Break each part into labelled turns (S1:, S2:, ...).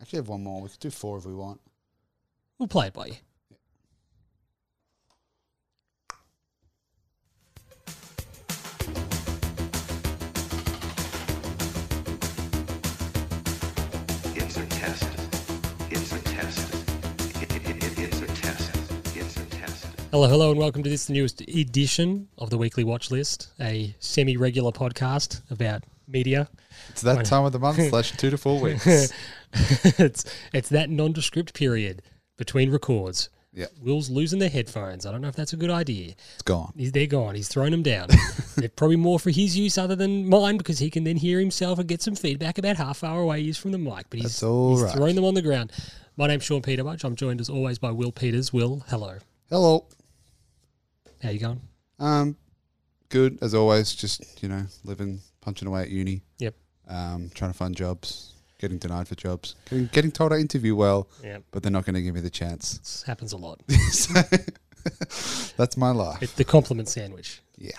S1: Actually, have one more. We could do four if we want.
S2: We'll play it by you.
S3: It's a test. It's a test. It, it, it, it, it's a test. It's a test.
S2: Hello, hello, and welcome to this the newest edition of the Weekly Watch List, a semi regular podcast about media.
S1: It's that time of the month, slash two to four weeks.
S2: it's, it's that nondescript period between records.
S1: Yeah.
S2: Will's losing their headphones. I don't know if that's a good idea.
S1: It's gone.
S2: He's, they're gone. He's thrown them down. They're probably more for his use other than mine because he can then hear himself and get some feedback about how far away he is from the mic. But he's,
S1: That's all
S2: he's
S1: right.
S2: thrown them on the ground. My name's Sean Peterbunch. I'm joined as always by Will Peters. Will, hello.
S1: Hello.
S2: How you going?
S1: Um, good as always. Just you know, living, punching away at uni.
S2: Yep.
S1: Um, trying to find jobs, getting denied for jobs, getting, getting told I interview well,
S2: Yeah.
S1: but they're not going to give me the chance.
S2: This happens a lot.
S1: So, that's my life.
S2: It's the compliment sandwich.
S1: yeah.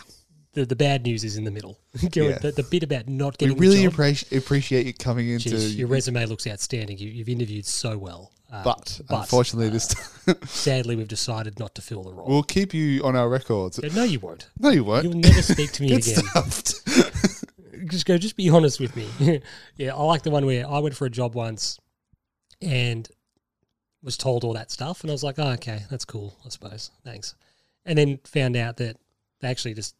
S2: The, the bad news is in the middle. Going-
S1: Yeah.
S2: the, the bit about not
S1: We
S2: getting
S1: really
S2: the job.
S1: appreciate appreciate you coming into,
S2: Jeez, your resume looks outstanding. You, you've interviewed so well. Uh,
S1: but, unfortunately, this time
S2: sadly, we've decided not to fill the role.
S1: we'll keep you on our records.
S2: no, you won't.
S1: No, you won't.
S2: You'll never speak to me
S1: Get
S2: again.
S1: stuffed.
S2: just go just be honest with me yeah i like the one where i went for a job once and was told all that stuff and i was like oh, okay that's cool i suppose thanks and then found out that they actually just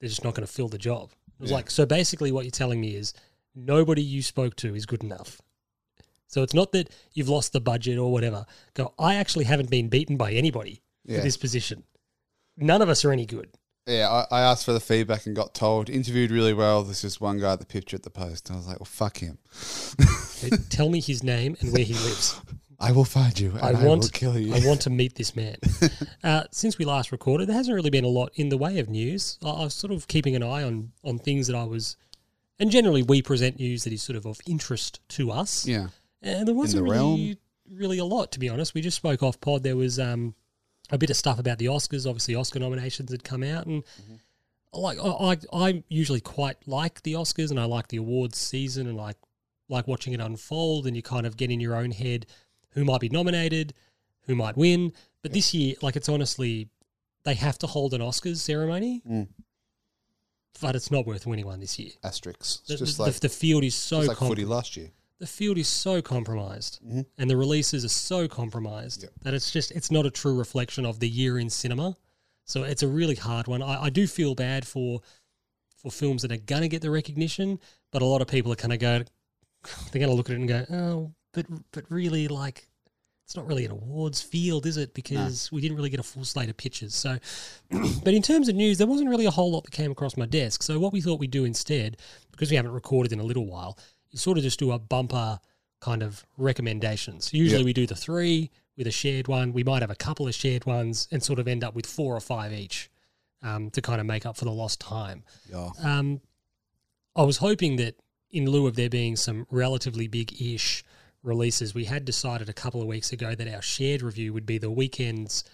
S2: they're just not going to fill the job it was
S1: Yeah.
S2: like so basically what you're telling me is nobody you spoke to is good enough so it's not that you've lost the budget or whatever go i actually haven't been beaten by anybody
S1: Yeah.
S2: for this position none of us are any good
S1: Yeah, I, I asked for the feedback and got told interviewed really well. There's just one guy that picture at the post, and I was like, "Well, fuck him.
S2: tell me his name and where he lives
S1: I will find you. And I,
S2: I
S1: will
S2: want,
S1: kill you."
S2: I want to meet this man. uh, since we last recorded, there hasn't really been a lot in the way of news. I, I was sort of keeping an eye on on things that I was, and generally we present news that is sort of of interest to us.
S1: yeah,
S2: And Uh, there wasn't
S1: the
S2: really,
S1: realm.
S2: really a lot, to be honest. We just spoke off pod. There was um, a bit of stuff about the Oscars. Obviously, Oscar nominations had come out, and
S1: Mm-hmm.
S2: like I, I, I usually quite like the Oscars, and I like the awards season, and like like watching it unfold. And you kind of get in your own head who might be nominated, who might win. But this year, like it's honestly, they have to hold an Oscars ceremony,
S1: Mm.
S2: but it's not worth winning one this year.
S1: asterisks.
S2: The,
S1: It's just
S2: the-
S1: like,
S2: the field is so
S1: just like
S2: complex
S1: footy last year.
S2: the field is so compromised
S1: Mhm.
S2: and the releases are so compromised
S1: Yep.
S2: that it's just it's not a true reflection of the year in cinema so it's a really hard one i, I do feel bad for for films that are going to get the recognition but a lot of people are going to go they're going to look at it and go oh but but really like it's not really an awards field is it because we didn't really get a full slate of pictures so but in terms of news there wasn't really a whole lot that came across my desk so what we thought we'd do instead because we haven't recorded in a little while you sort of just do a bumper kind of recommendations. Usually
S1: Yep.
S2: we do the three with a shared one. We might have a couple of shared ones and sort of end up with four or five each um, to kind of make up for the lost time.
S1: Yeah,
S2: Um, I was hoping that in lieu of there being some relatively big ish releases, we had decided a couple of weeks ago that our shared review would be the weekend's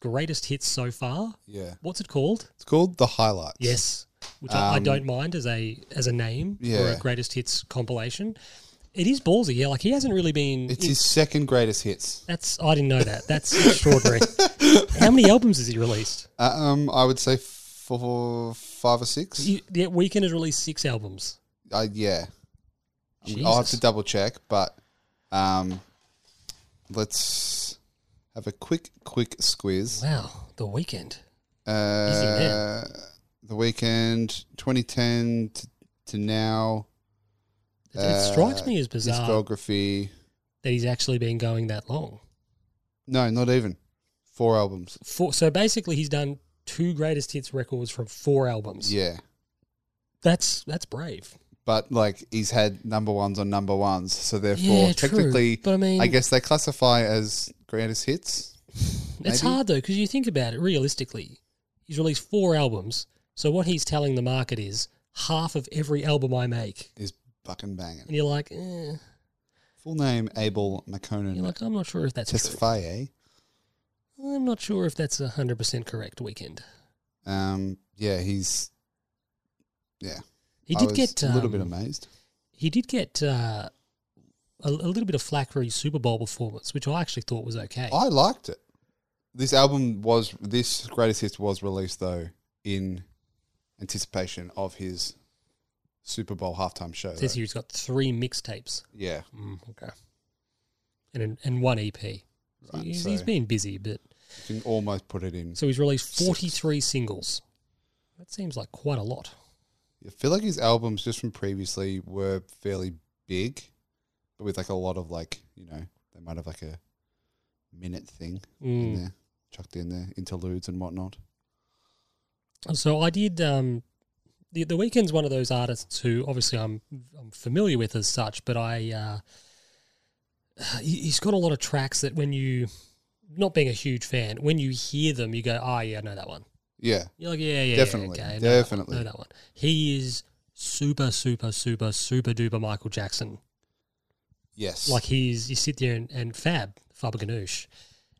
S2: greatest hits so far.
S1: yeah.
S2: What's it called?
S1: It's called the highlights.
S2: Yes, which I, I
S1: Um,
S2: don't mind as a as a name for
S1: Yeah.
S2: a greatest hits compilation. It is ballsy, yeah. Like he hasn't really been.
S1: it's
S2: in-
S1: his second greatest hits.
S2: that's I didn't know that. That's extraordinary. How many albums has he released?
S1: Uh, um, I would say four, five or six.
S2: You, yeah, Weekend has released six albums.
S1: I yeah. I'm- I'll have to
S2: Jesus.
S1: double check, but um, let's have a quick, quick squeeze.
S2: Wow, The Weekend.
S1: Uh, the weekend 2010 to, to now
S2: It, it
S1: Uh,
S2: strikes me as bizarre
S1: discography
S2: that he's actually been going that long.
S1: no not even four albums
S2: Four, so basically, he's done two greatest hits records from four albums.
S1: yeah
S2: That's that's brave.
S1: but like he's had number ones on number ones so therefore
S2: Yeah, true.
S1: technically
S2: But I mean-
S1: i guess they classify as greatest hits
S2: It's
S1: Maybe.
S2: hard though because you think about it realistically. He's released four albums, so what he's telling the market is half of every album I make,
S1: is fucking banging
S2: and you're like, eh.
S1: full name abel
S2: you're
S1: mcconan
S2: like, I'm not sure if that's
S1: testify eh?
S2: true. I'm not sure if that's a hundred percent correct. Weekend.
S1: um yeah he's yeah
S2: He
S1: I
S2: did
S1: was
S2: get
S1: a little
S2: um,
S1: bit amazed
S2: He did get uh, a, a little bit of flack for his Super Bowl performance, which I actually thought was okay.
S1: I liked it. This album was this greatest hits was released though in anticipation of his Super Bowl halftime show.
S2: Says
S1: though.
S2: here he's got three mixtapes.
S1: yeah,
S2: okay. And an, and one EP. So
S1: Right,
S2: he's,
S1: so-
S2: he's been busy, but
S1: you can almost put it in.
S2: so he's released forty three singles. That seems like quite a lot.
S1: I feel like his albums just from previously were fairly big, but with like a lot of like you know they might have like a minute thing
S2: Hmm.
S1: in there chucked in there interludes and whatnot.
S2: So I did. Um, the The weekend's one of those artists who, obviously, I'm I'm familiar with as such, but I uh, he- he's got a lot of tracks that when you, not being a huge fan, when you hear them, you go, "Oh yeah, I know that one."
S1: Yeah,
S2: You're like, "Yeah, yeah, yeah,
S1: Definitely,
S2: okay, I know that one,
S1: definitely.
S2: know that one." He is super, super, super, super duper Michael Jackson.
S1: yes,
S2: Like he's you sit there and, and Fab Faber Ganoush.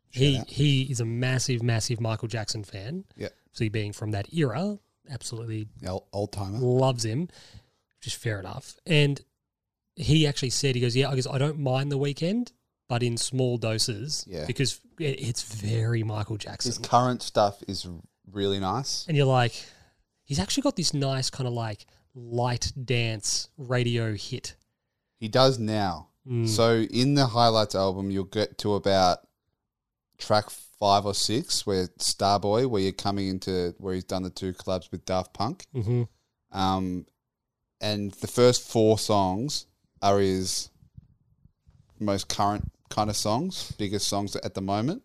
S2: He
S1: out.
S2: he is a massive, massive Michael Jackson fan.
S1: yeah,
S2: So he being from that era, absolutely
S1: old timer.
S2: loves him, which is fair enough. And he actually said, he goes, Yeah, I guess I don't mind the weekend, but in small doses.
S1: Yeah.
S2: Because it, it's very Michael
S1: His
S2: Jackson.
S1: current stuff is really nice.
S2: And you're like, he's actually got this nice kind of like light dance radio hit.
S1: He does now. So in the highlights album, you'll get to about track five or six, where Starboy, where you're coming into where he's done the two collabs with Daft Punk,
S2: Mm-hmm.
S1: um, and the first four songs are his most current kind of songs, biggest songs at the moment.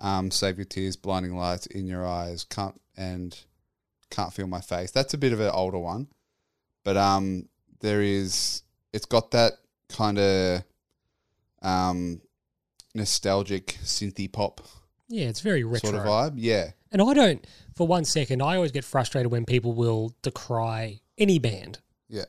S1: Um, Save Your Tears, Blinding Lights, In Your Eyes, Can't and Can't Feel My Face. That's a bit of an older one, but um, there is it's got that kind of um, nostalgic synthy pop
S2: Yeah, it's very retro.
S1: sort of vibe. Yeah,
S2: And I don't, for one second, I always get frustrated when people will decry any band
S1: yeah.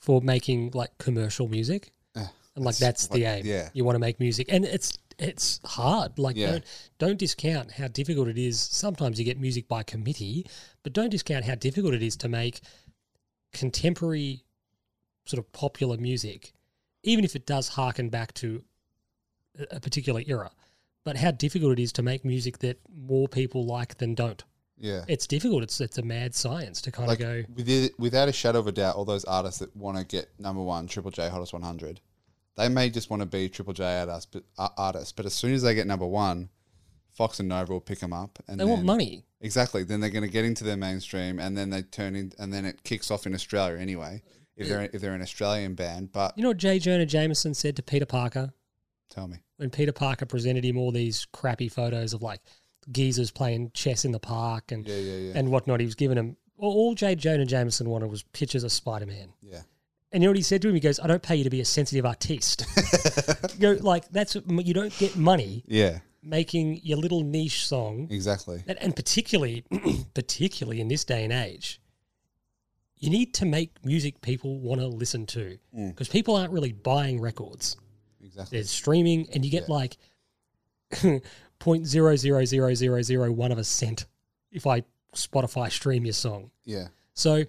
S2: for making like commercial music. and like that's the
S1: Uh, like-
S2: aim.
S1: yeah.
S2: You want to make music. And it's it's hard. Like
S1: Yeah.
S2: don't don't discount how difficult it is. Sometimes you get music by committee, but don't discount how difficult it is to make contemporary sort of popular music, even if it does harken back to a- a particular era. But how difficult it is to make music that more people like than don't.
S1: Yeah,
S2: It's difficult. It's it's a mad science to kind
S1: like
S2: of go.
S1: with- without a shadow of a doubt, all those artists that want to get number one, Triple J Hottest 100, they may just want to be Triple J artists, but, uh, artists, but as soon as they get number one, Fox and Nova will pick them up, and
S2: They want
S1: then-
S2: money.
S1: Exactly. Then they're going to get into their mainstream, and then they turn in, and then it kicks off in Australia anyway. If they're if they're an Australian band, but
S2: You know what J. Jonah Jameson said to Peter Parker
S1: tell me,
S2: when Peter Parker presented him all these crappy photos of like geezers playing chess in the park and
S1: yeah, yeah, yeah,
S2: and whatnot. He was giving him all, all J. Jonah Jameson wanted was pictures of Spider Man.
S1: yeah,
S2: And you know what he said to him? He goes, "I don't pay you to be a sensitive artiste. you know, like that's you don't get money
S1: yeah,
S2: making your little niche song,
S1: exactly.
S2: and, and particularly particularly in this day and age." You need to make music people want to listen to
S1: Mm.
S2: because people aren't really buying records
S1: Exactly.
S2: there's streaming, and you get like point zero zero zero zero zero one of a cent if I Spotify stream your song.
S1: Yeah.
S2: So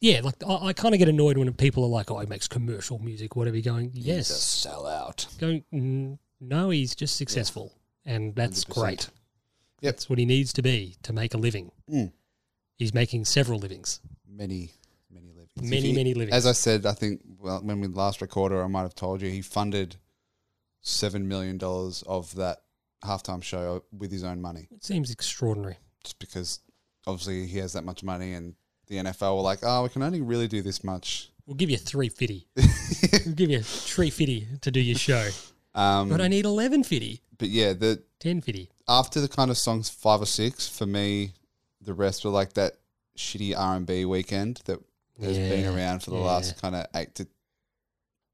S2: yeah, like I, I kind of get annoyed when people are like, "Oh, he makes commercial music." Whatever, you're going, yes,
S1: Sell out.
S2: going, "Mm, no, he's just successful, and that's
S1: 100%.
S2: great.
S1: Yep.
S2: That's what he needs to be to make a living.
S1: Mm.
S2: He's making several livings.
S1: many, many livings. If
S2: Many,
S1: he-
S2: many livings.
S1: As I said, I think well, when we last recorded, I might have told you he funded seven million dollars of that halftime show with his own money,
S2: It seems extraordinary.
S1: just because obviously he has that much money, and the NFL were like, "Oh, we can only really do this much."
S2: We'll give you three fifty. we'll give you three fifty to do your show,
S1: Um,
S2: but I need eleven fifty.
S1: but yeah, the
S2: 1050.
S1: after the kind of songs five or six for me, the rest were like that shitty R and B weekend that has been
S2: Yeah,
S1: around for the
S2: yeah.
S1: last kind of eight to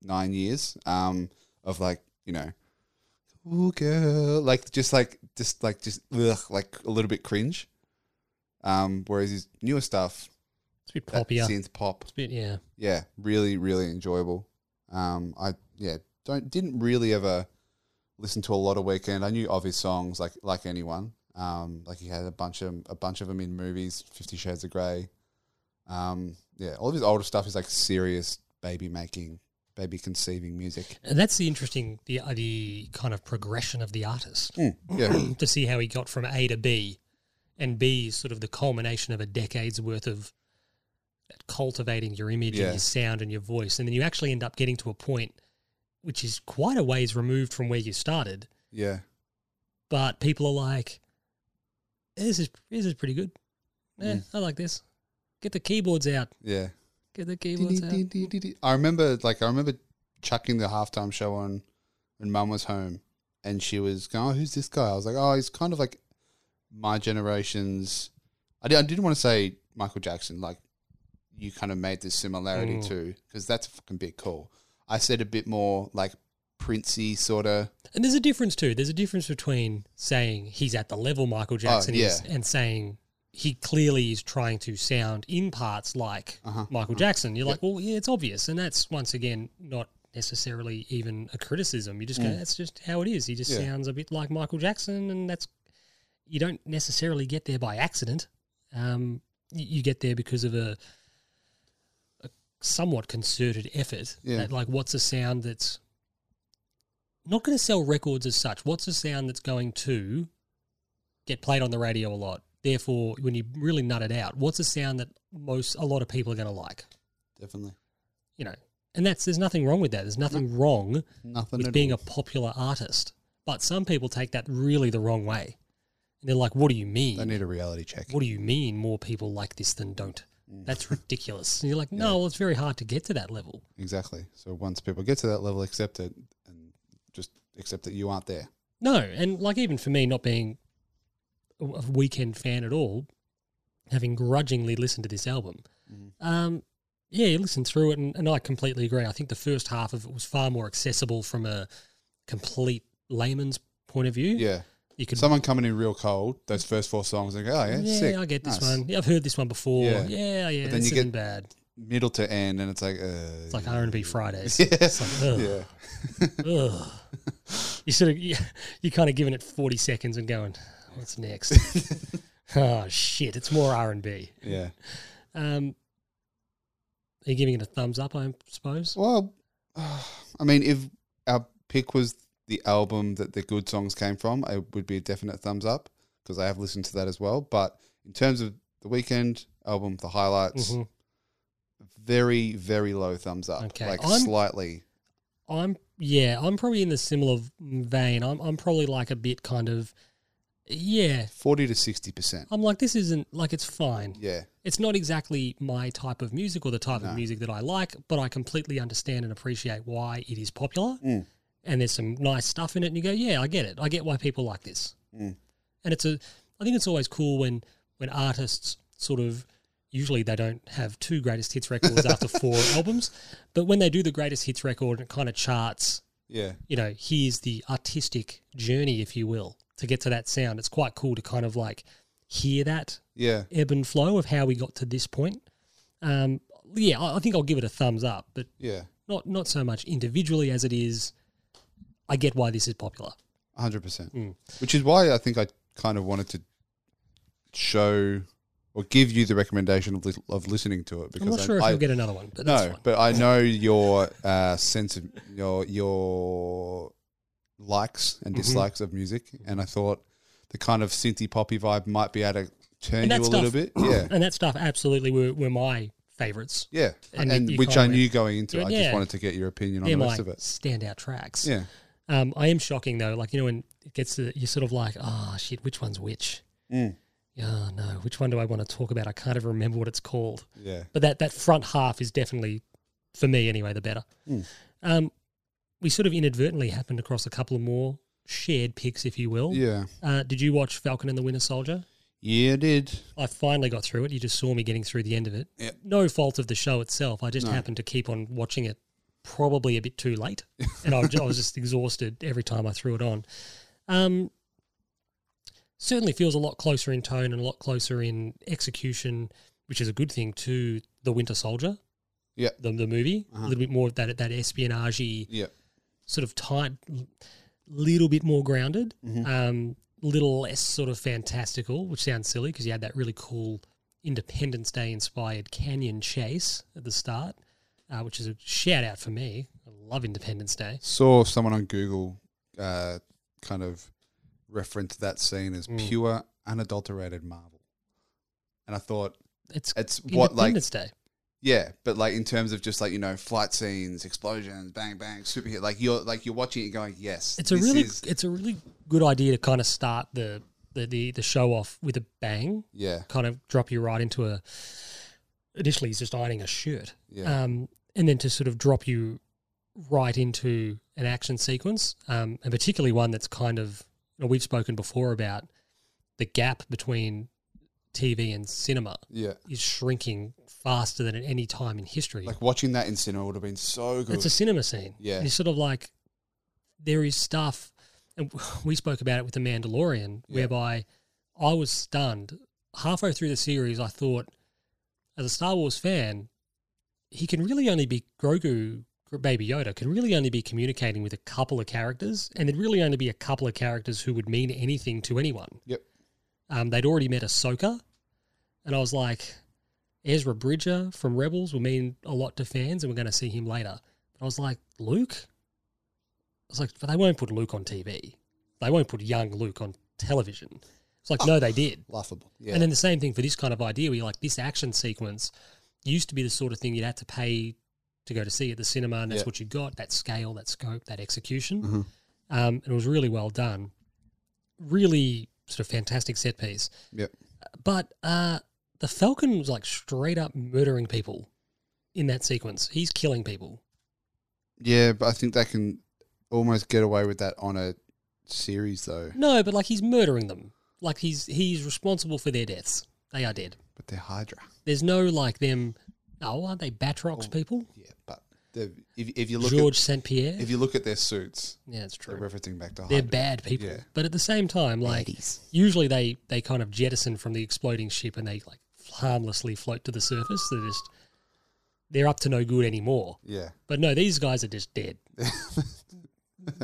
S1: nine years. Um, of like you know, ooh girl, like just like just like just ugh, like a little bit cringe. Um, whereas his newer stuff,
S2: It's a bit
S1: that
S2: poppier. It's
S1: synth pop,
S2: a bit, yeah.
S1: yeah, really, really enjoyable. Um, I yeah, don't didn't really ever listen to a lot of Weekend. I knew of his songs like like anyone. Um, like he had a bunch of a bunch of them in movies, Fifty Shades of Grey. Um, yeah, all of his older stuff is like serious baby making baby conceiving music.
S2: And that's the interesting the uh, the kind of progression of the artist
S1: Mm, yeah,
S2: to see how he got from A to B, and B is sort of the culmination of a decade's worth of cultivating your image
S1: Yeah.
S2: and your sound and your voice, and then you actually end up getting to a point which is quite a ways removed from where you started,
S1: yeah,
S2: but people are like, "This is this is pretty good. Yeah, I like this. Get the keyboards out.
S1: yeah.
S2: Get the keyboards out."
S1: I remember, like, I remember chucking the halftime show on when Mum was home, and she was going, "Oh, who's this guy?" I was like, "Oh, he's kind of like my generation's." I, did, I didn't want to say Michael Jackson. Like, you kind of made this similarity
S2: Mm.
S1: too, because that's a fucking bit cool. I said a bit more like Princey sort of.
S2: And there's a difference too. There's a difference between saying he's at the level
S1: Oh,
S2: Michael Jackson is and saying he clearly is trying to sound in parts like
S1: Uh-huh,
S2: Michael Jackson. You're like, well, yeah, it's obvious, and that's once again not necessarily even a criticism. You just go, that's just how it is. He just
S1: Mm. Yeah.
S2: sounds a bit like Michael Jackson, and that's you don't necessarily get there by accident. Um, you, you get there because of a, a somewhat concerted effort.
S1: Yeah.
S2: At, like, what's a sound that's not going to sell records as such? What's a sound that's going to get played on the radio a lot? Therefore, when you really nut it out, what's a sound that most a lot of people are going to like?
S1: Definitely
S2: You know, and that's there's nothing wrong with that. There's nothing wrong
S1: nothing.
S2: with
S1: at
S2: being
S1: all.
S2: a popular artist, but some people take that really the wrong way, and they're like, "What do you mean?
S1: they need a reality check.
S2: what do you mean more people like this than don't?
S1: Mm.
S2: That's ridiculous. And you're like, no, well, it's very hard to get to that level.
S1: Exactly. So once people get to that level, accept it and just accept that you aren't there.
S2: No, and like even for me, not being a a weekend fan at all, having grudgingly listened to this album,
S1: Mm.
S2: um, yeah, you listen through it, and, and I completely agree. I think the first half of it was far more accessible from a complete layman's point of view.
S1: Yeah.
S2: you could
S1: Someone coming in real cold, those first four songs, and go, oh, yeah,
S2: yeah,
S1: sick.
S2: I get this
S1: nice."
S2: one. Yeah, I've heard this one before.
S1: Yeah.
S2: Yeah, yeah, yeah
S1: But then
S2: this
S1: you get-
S2: isn't bad.
S1: Middle to end, and it's like, uh,
S2: It's like R and B Fridays.
S1: yeah.
S2: It's like, ugh.
S1: yeah.
S2: Ugh. You sort of you, you kind of giving it forty seconds and going, what's next? oh shit! It's more R and B.
S1: Yeah.
S2: Um, are you giving it a thumbs up? I suppose.
S1: Well, I mean, if our pick was the album that the good songs came from, it would be a definite thumbs up because I have listened to that as well. But in terms of the weekend album, the highlights,
S2: Mhm.
S1: very, very low thumbs up.
S2: Okay.
S1: Like
S2: I'm-
S1: slightly.
S2: I'm yeah. I'm probably in the similar vein. I'm I'm probably like a bit kind of yeah.
S1: 40 to 60%.
S2: I'm like this isn't like it's fine.
S1: Yeah.
S2: it's not exactly my type of music or the type of music that I like, but I completely understand and appreciate why it is popular.
S1: Mm.
S2: And there's some nice stuff in it, and you go, yeah, I get it. I get why people like this.
S1: Mm.
S2: And it's a, I think it's always cool when when artists sort of, usually they don't have two greatest hits records after four albums, but when they do the greatest hits record, it kind of charts,
S1: Yeah.
S2: you know, here's the artistic journey, if you will, to get to that sound. It's quite cool to kind of like hear that
S1: Yeah.
S2: ebb and flow of how we got to this point. Um, yeah, I, I think I'll give it a thumbs up, but
S1: Yeah.
S2: not not so much individually as it is. I get why this is popular.
S1: hundred percent.
S2: Mm.
S1: Which is why I think I kind of wanted to show or give you the recommendation of, lis- of listening to it because
S2: I'm not
S1: I,
S2: sure if
S1: I
S2: you'll get another one, but that's
S1: no,
S2: fine.
S1: but I know your uh, sense of your your likes
S2: Mm-hmm.
S1: and dislikes of music, and I thought the kind of synthy poppy vibe might be able to turn
S2: And
S1: you a
S2: that
S1: little
S2: stuff-
S1: bit. Yeah,
S2: And that stuff absolutely were, were my favorites.
S1: yeah, and,
S2: And you- you
S1: which
S2: kinda
S1: I knew going into it. I just
S2: Yeah.
S1: wanted to get your opinion on
S2: They're
S1: the
S2: my
S1: rest of it.
S2: standout tracks.
S1: Yeah,
S2: Um, I am shocking though. Like you know, when it gets to you're sort of like, oh shit, which one's which?
S1: Mm.
S2: Yeah, no, which one do I want to talk about? I can't even remember what it's called.
S1: yeah,
S2: but that that front half is definitely for me anyway the better. Um, we sort of inadvertently happened across a couple of more shared picks, if you will.
S1: yeah.
S2: Uh, did you watch Falcon and the Winter Soldier?
S1: Yeah, I did.
S2: I finally got through it. You just saw me getting through the end of it.
S1: Yep.
S2: No fault of the show itself. I just happened to keep on watching it probably a bit too late. And I, was ju- I was just exhausted every time I threw it on. Um, certainly feels a lot closer in tone and a lot closer in execution, which is a good thing, to The Winter Soldier.
S1: Yeah.
S2: The, the movie.
S1: Uh-huh.
S2: A little bit more of that, that espionage
S1: Yeah,
S2: sort of tight, little bit more grounded,
S1: Mhm.
S2: um, little less sort of fantastical, which sounds silly because you had that really cool Independence Day inspired canyon chase at the start, uh, which is a shout out for me. I love Independence Day.
S1: Saw someone on Google uh, kind of reference that scene as
S2: Mm.
S1: pure, unadulterated Marvel. And I thought,
S2: It's
S1: it's Uh, what, like,
S2: Independence Day.
S1: yeah, but like in terms of just like, you know, flight scenes, explosions, bang, bang, super hit. Like you're, like you're watching it going, yes.
S2: It's a
S1: this
S2: really
S1: is-
S2: it's a really good idea to kind of start the the, the, the show off with a bang.
S1: yeah,
S2: kind of drop you right into a. Initially, he's just ironing a shirt,
S1: Yeah.
S2: um, and then to sort of drop you right into an action sequence, um, and particularly one that's kind of you know, we've spoken before about the gap between TV and cinema
S1: yeah.
S2: is shrinking faster than at any time in history.
S1: Like watching that in cinema would have been so good.
S2: It's a cinema scene.
S1: Yeah.
S2: It's sort of like there is stuff, and we spoke about it with The Mandalorian,
S1: Yeah.
S2: whereby I was stunned. Halfway through the series, I thought, as a Star Wars fan, he can really only be Grogu, Baby Yoda, can really only be communicating with a couple of characters, and there'd really only be a couple of characters who would mean anything to anyone.
S1: Yep.
S2: Um, they'd already met Ahsoka, and I was like, Ezra Bridger from Rebels will mean a lot to fans, and we're going to see him later. But I was like, Luke? I was like, but they won't put Luke on TV. They won't put young Luke on television. It's like, no, they did.
S1: Laughable. Yeah.
S2: And then the same thing for this kind of idea where you're like, this action sequence used to be the sort of thing you'd have to pay to go to see at the cinema, and that's
S1: Yeah.
S2: what you got that scale, that scope, that execution.
S1: Mhm.
S2: Um, and it was really well done. Really sort of fantastic set piece.
S1: yep.
S2: But uh, the Falcon was like straight up murdering people in that sequence. He's killing people.
S1: Yeah, but I think they can almost get away with that on a series though.
S2: No, but like he's murdering them. Like he's he's responsible for their deaths. They are dead.
S1: But they're Hydra.
S2: There's no like them. Oh, aren't they Batrox people?
S1: Yeah, but the if, if you look
S2: George St
S1: at
S2: Pierre.
S1: if you look at their suits,
S2: Yeah, it's
S1: they're
S2: true.
S1: referencing back to
S2: They're
S1: Hydra.
S2: bad people,
S1: Yeah.
S2: but at the same time, like usually they they kind of jettison from the exploding ship and they like harmlessly float to the surface. They're just they're up to no good anymore.
S1: Yeah,
S2: But no, these guys are just dead.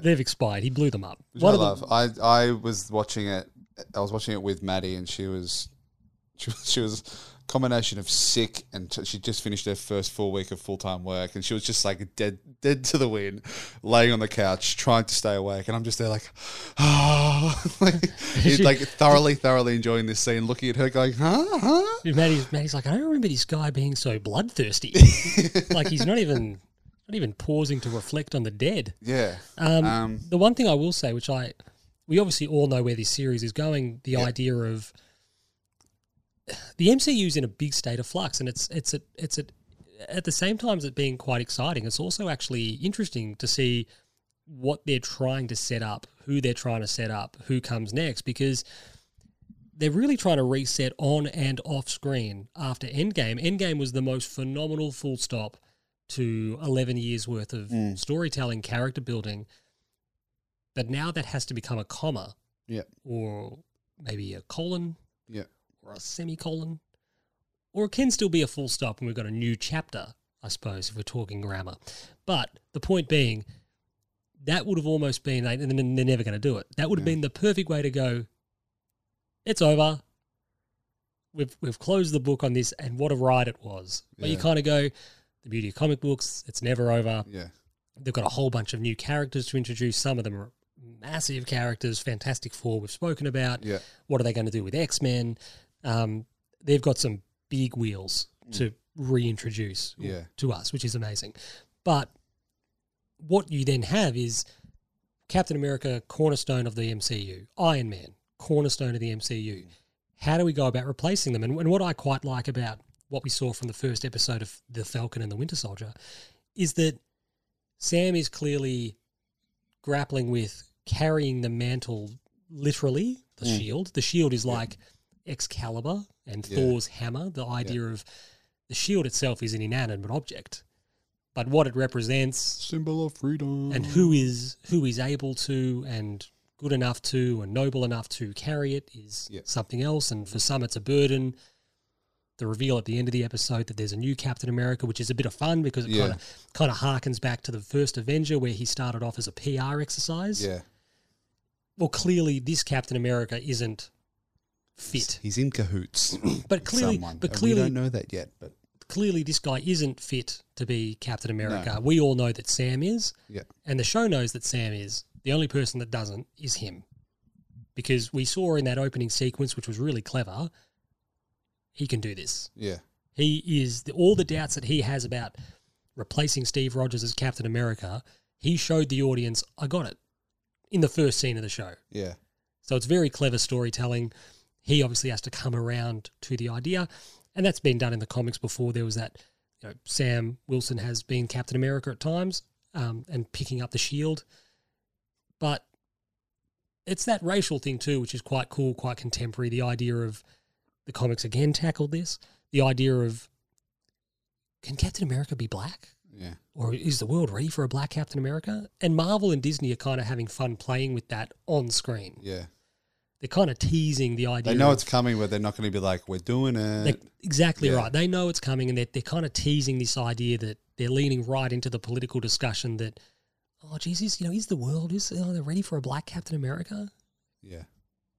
S2: They've expired. He blew them up.
S1: which I
S2: One of them-
S1: love. I I was watching it. I was watching it with Maddie, and she was she was, she was a combination of sick and t- she just finished her first full week of full time work, and she was just like dead dead to the wind, laying on the couch trying to stay awake, and I'm just there like, ah, like, it- like thoroughly thoroughly enjoying this scene, looking at her going, huh, huh.
S2: Maddie's, Maddie's like, I don't remember this guy being so bloodthirsty. like he's not even not even pausing to reflect on the dead.
S1: Yeah.
S2: Um,
S1: Um,
S2: the one thing I will say, which I we obviously all know where this series is going, the
S1: Yeah.
S2: idea of the MCU's in a big state of flux, and it's it's at it's at at the same time as it being quite exciting, it's also actually interesting to see what they're trying to set up, who they're trying to set up, who comes next, because they're really trying to reset on and off screen after Endgame. Endgame was the most phenomenal full stop to 11 years worth of
S1: Mm.
S2: storytelling, character building. But now that has to become a comma
S1: yeah.
S2: or maybe a colon
S1: Yeah.
S2: or a semicolon. Or it can still be a full stop and we've got a new chapter, I suppose, if we're talking grammar. But the point being, that would have almost been, and then they're never going to do it. That would have
S1: Yeah.
S2: been the perfect way to go, it's over. We've, we've closed the book on this, and what a ride it was. But you
S1: Yeah.
S2: kind of go, the beauty of comic books, it's never over
S1: Yeah.
S2: they've got a whole bunch of new characters to introduce. Some of them are massive characters. Fantastic Four we've spoken about.
S1: Yeah.
S2: What are they going to do with X Men? Um, they've got some big wheels to reintroduce
S1: Yeah.
S2: to us, which is amazing. But what you then have is Captain America, cornerstone of the MCU, Iron Man, cornerstone of the MCU. How do we go about replacing them? And, and what I quite like about what we saw from the first episode of The Falcon and the Winter Soldier is that Sam is clearly grappling with carrying the mantle literally, the
S1: Mm.
S2: shield. The shield is like Excalibur and
S1: Yeah.
S2: Thor's hammer, the idea of the shield itself is an inanimate object, but what it represents
S1: Symbol of freedom.
S2: and who is who is able to and good enough to and noble enough to carry it is
S1: Yeah.
S2: something else. And for some, it's a burden. The reveal at the end of the episode that there's a new Captain America, which is a bit of fun because it
S1: Yeah.
S2: kind of kind of harkens back to the first Avenger where he started off as a PR exercise.
S1: Yeah.
S2: Well, clearly this Captain America isn't fit,
S1: He's in cahoots.
S2: but clearly,
S1: someone.
S2: but
S1: And we
S2: clearly,
S1: don't know that yet. But
S2: clearly this guy isn't fit to be Captain America. We all know that Sam is,
S1: Yeah.
S2: and the show knows that Sam is. The only person that doesn't is him. Because we saw in that opening sequence, which was really clever, he can do this.
S1: Yeah.
S2: He is all the doubts that he has about replacing Steve Rogers as Captain America. He showed the audience, I got it, in the first scene of the show.
S1: Yeah.
S2: So it's very clever storytelling. He obviously has to come around to the idea, and that's been done in the comics before. There was that, you know, Sam Wilson has been Captain America at times um, and picking up the shield, but it's that racial thing too, which is quite cool, quite contemporary. The idea of the comics again tackled this. The idea of can Captain America be black?
S1: Yeah.
S2: or is the world ready for a black Captain America? And Marvel and Disney are kind of having fun playing with that on screen.
S1: Yeah.
S2: They're kind of teasing the idea.
S1: They know
S2: of-
S1: it's coming, but they're not going to be like, we're doing
S2: they-
S1: it.
S2: exactly
S1: yeah.
S2: right. They know it's coming, and they're, they're kind of teasing this idea that they're leaning right into the political discussion that, oh, Jesus, you know, is the world is are they ready for a black Captain America?
S1: Yeah.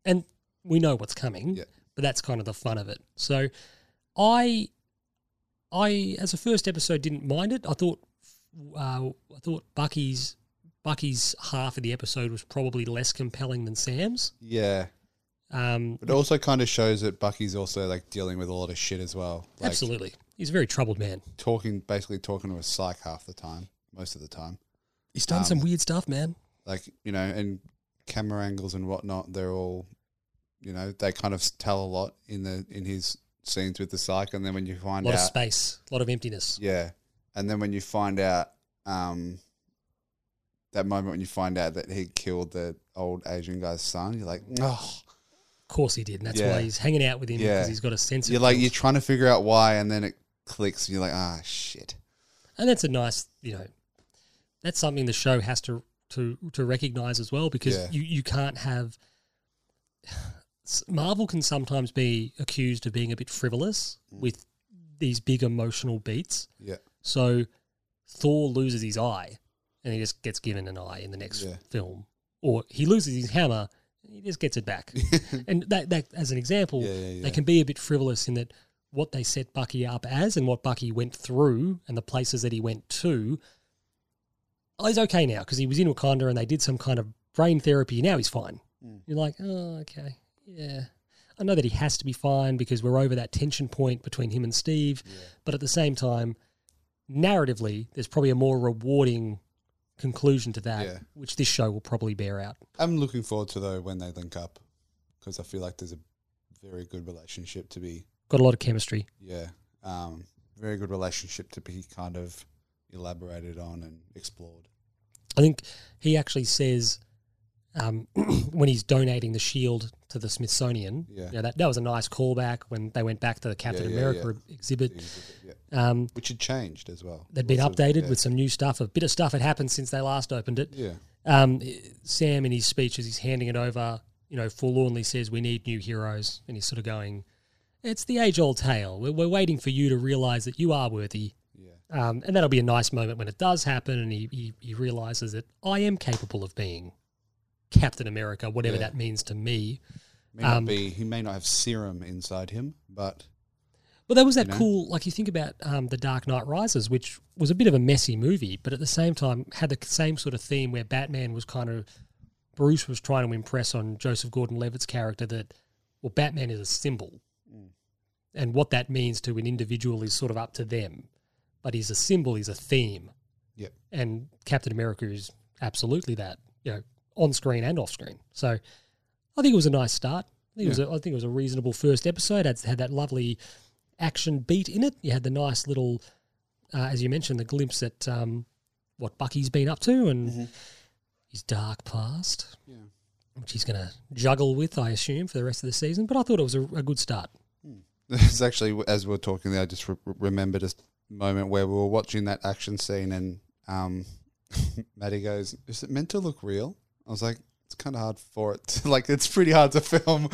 S2: and we know what's coming
S1: Yeah.
S2: but that's kind of the fun of it so i i as a first episode didn't mind it i thought uh, i thought bucky's bucky's half of the episode was probably less compelling than sam's
S1: Yeah.
S2: um
S1: But it also kind of shows that Bucky's also like dealing with a lot of shit as well. Like
S2: absolutely he's a very troubled man
S1: talking, basically talking to a psych half the time, most of the time.
S2: he's done
S1: Um,
S2: some weird stuff man
S1: Like, you know, and camera angles and whatnot, they're all, you know, they kind of tell a lot in the, in his scenes with the psych. And then when you
S2: a
S1: find
S2: lot of
S1: out,
S2: space a lot of emptiness
S1: Yeah. And then when you find out, um, that moment when you find out that he killed the old Asian guy's son, you're like, oh,
S2: of course he did and that's
S1: Yeah.
S2: why he's hanging out with him
S1: Yeah.
S2: because he's got a sense
S1: you're
S2: of
S1: like,
S2: guilt.
S1: you're trying to figure out why, and then it clicks, and you're like, ah, shit.
S2: and that's a nice you know that's something the show has to to to recognize as well because
S1: Yeah.
S2: you you can't have marvel can sometimes be accused of being a bit frivolous with these big emotional beats
S1: Mm. Yeah.
S2: so thor loses his eye and he just gets given an eye in the next
S1: Yeah.
S2: film or he loses his hammer and he just gets it back and that, that as an example
S1: Yeah, yeah, yeah.
S2: they can be a bit frivolous in that what they set Bucky up as and what Bucky went through and the places that he went to is okay now because he was in Wakanda and they did some kind of brain therapy. Now he's fine.
S1: Mm.
S2: You're like, oh, okay, yeah. I know that he has to be fine because we're over that tension point between him and Steve, but at the same time, narratively, there's probably a more rewarding conclusion to that,
S1: Yeah.
S2: which this show will probably bear out.
S1: I'm looking forward to, though, when they link up, because I feel like there's a very good relationship to be,
S2: Got a lot of chemistry.
S1: yeah, um, very good relationship to be kind of elaborated on and explored.
S2: I think he actually says um, when he's donating the shield to the Smithsonian.
S1: Yeah.
S2: you know, that that was a nice callback when they went back to the Captain
S1: yeah,
S2: America exhibit.
S1: Yeah.
S2: Um,
S1: Which had changed as well.
S2: they'd been
S1: Lots of-
S2: updated
S1: yeah.
S2: with some new stuff. A bit of stuff had happened since they last opened it.
S1: Yeah.
S2: Um, Sam, in his speech as he's handing it over, you know, forlornly says, "We need new heroes," and he's sort of going, "It's the age-old tale. We're, we're waiting for you to realize that you are worthy."
S1: Yeah.
S2: Um, and that'll be a nice moment when it does happen and he, he, he realizes that I am capable of being Captain America, whatever
S1: Yeah.
S2: that means to me.
S1: May not
S2: Um,
S1: be. He may not have serum inside him, but
S2: But there was that
S1: You know?
S2: cool, like you think about um, The Dark Knight Rises, which was a bit of a messy movie, but at the same time had the same sort of theme where Batman was kind of, Bruce was trying to impress on Joseph Gordon Levitt's character that, well, Batman is a symbol.
S1: Mm.
S2: And what that means to an individual is sort of up to them. But he's a symbol, he's a theme.
S1: yeah,
S2: and Captain America is absolutely that, you know, on screen and off screen. So I think it was a nice start. I think, it was a, I think it was a reasonable first episode. It had that lovely action beat in it. You had the nice little, uh, as you mentioned, the glimpse at um, what Bucky's been up to and his dark past,
S1: Yeah.
S2: which he's going to juggle with, I assume, for the rest of the season. But I thought it was a, a good start.
S1: it's actually as we were talking there. I just re- remembered a moment where we were watching that action scene, and um, Maddie goes, "Is it meant to look real?" I was like, "It's kind of hard for it. To, like, it's pretty hard to film."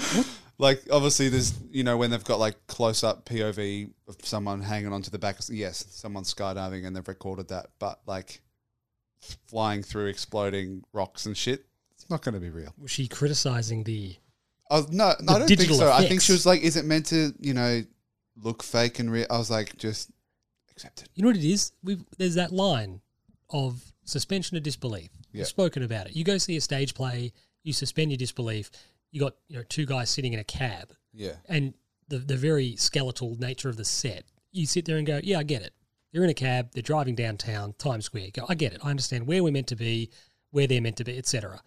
S1: Like obviously, there's you know when they've got like close up POV of someone hanging onto the back. of Yes, someone's skydiving and they've recorded that, but like flying through exploding rocks and shit, it's not going to be real.
S2: Was she criticizing the.
S1: I was, no, no, I don't think
S2: digital
S1: so. I think
S2: effects.
S1: she was like, "Is it meant to, you know, look fake and real?" I was like, "Just accepted.
S2: You know what it is? We've, there's that line of suspension of disbelief.
S1: Yeah.
S2: We've spoken about it. You go see a stage play, you suspend your disbelief. You got you know two guys sitting in a cab,
S1: Yeah.
S2: and the the very skeletal nature of the set. You sit there and go, yeah, I get it. They're in a cab, they're driving downtown Times Square. You Go, I get it. I understand where we're meant to be, where they're meant to be, etc.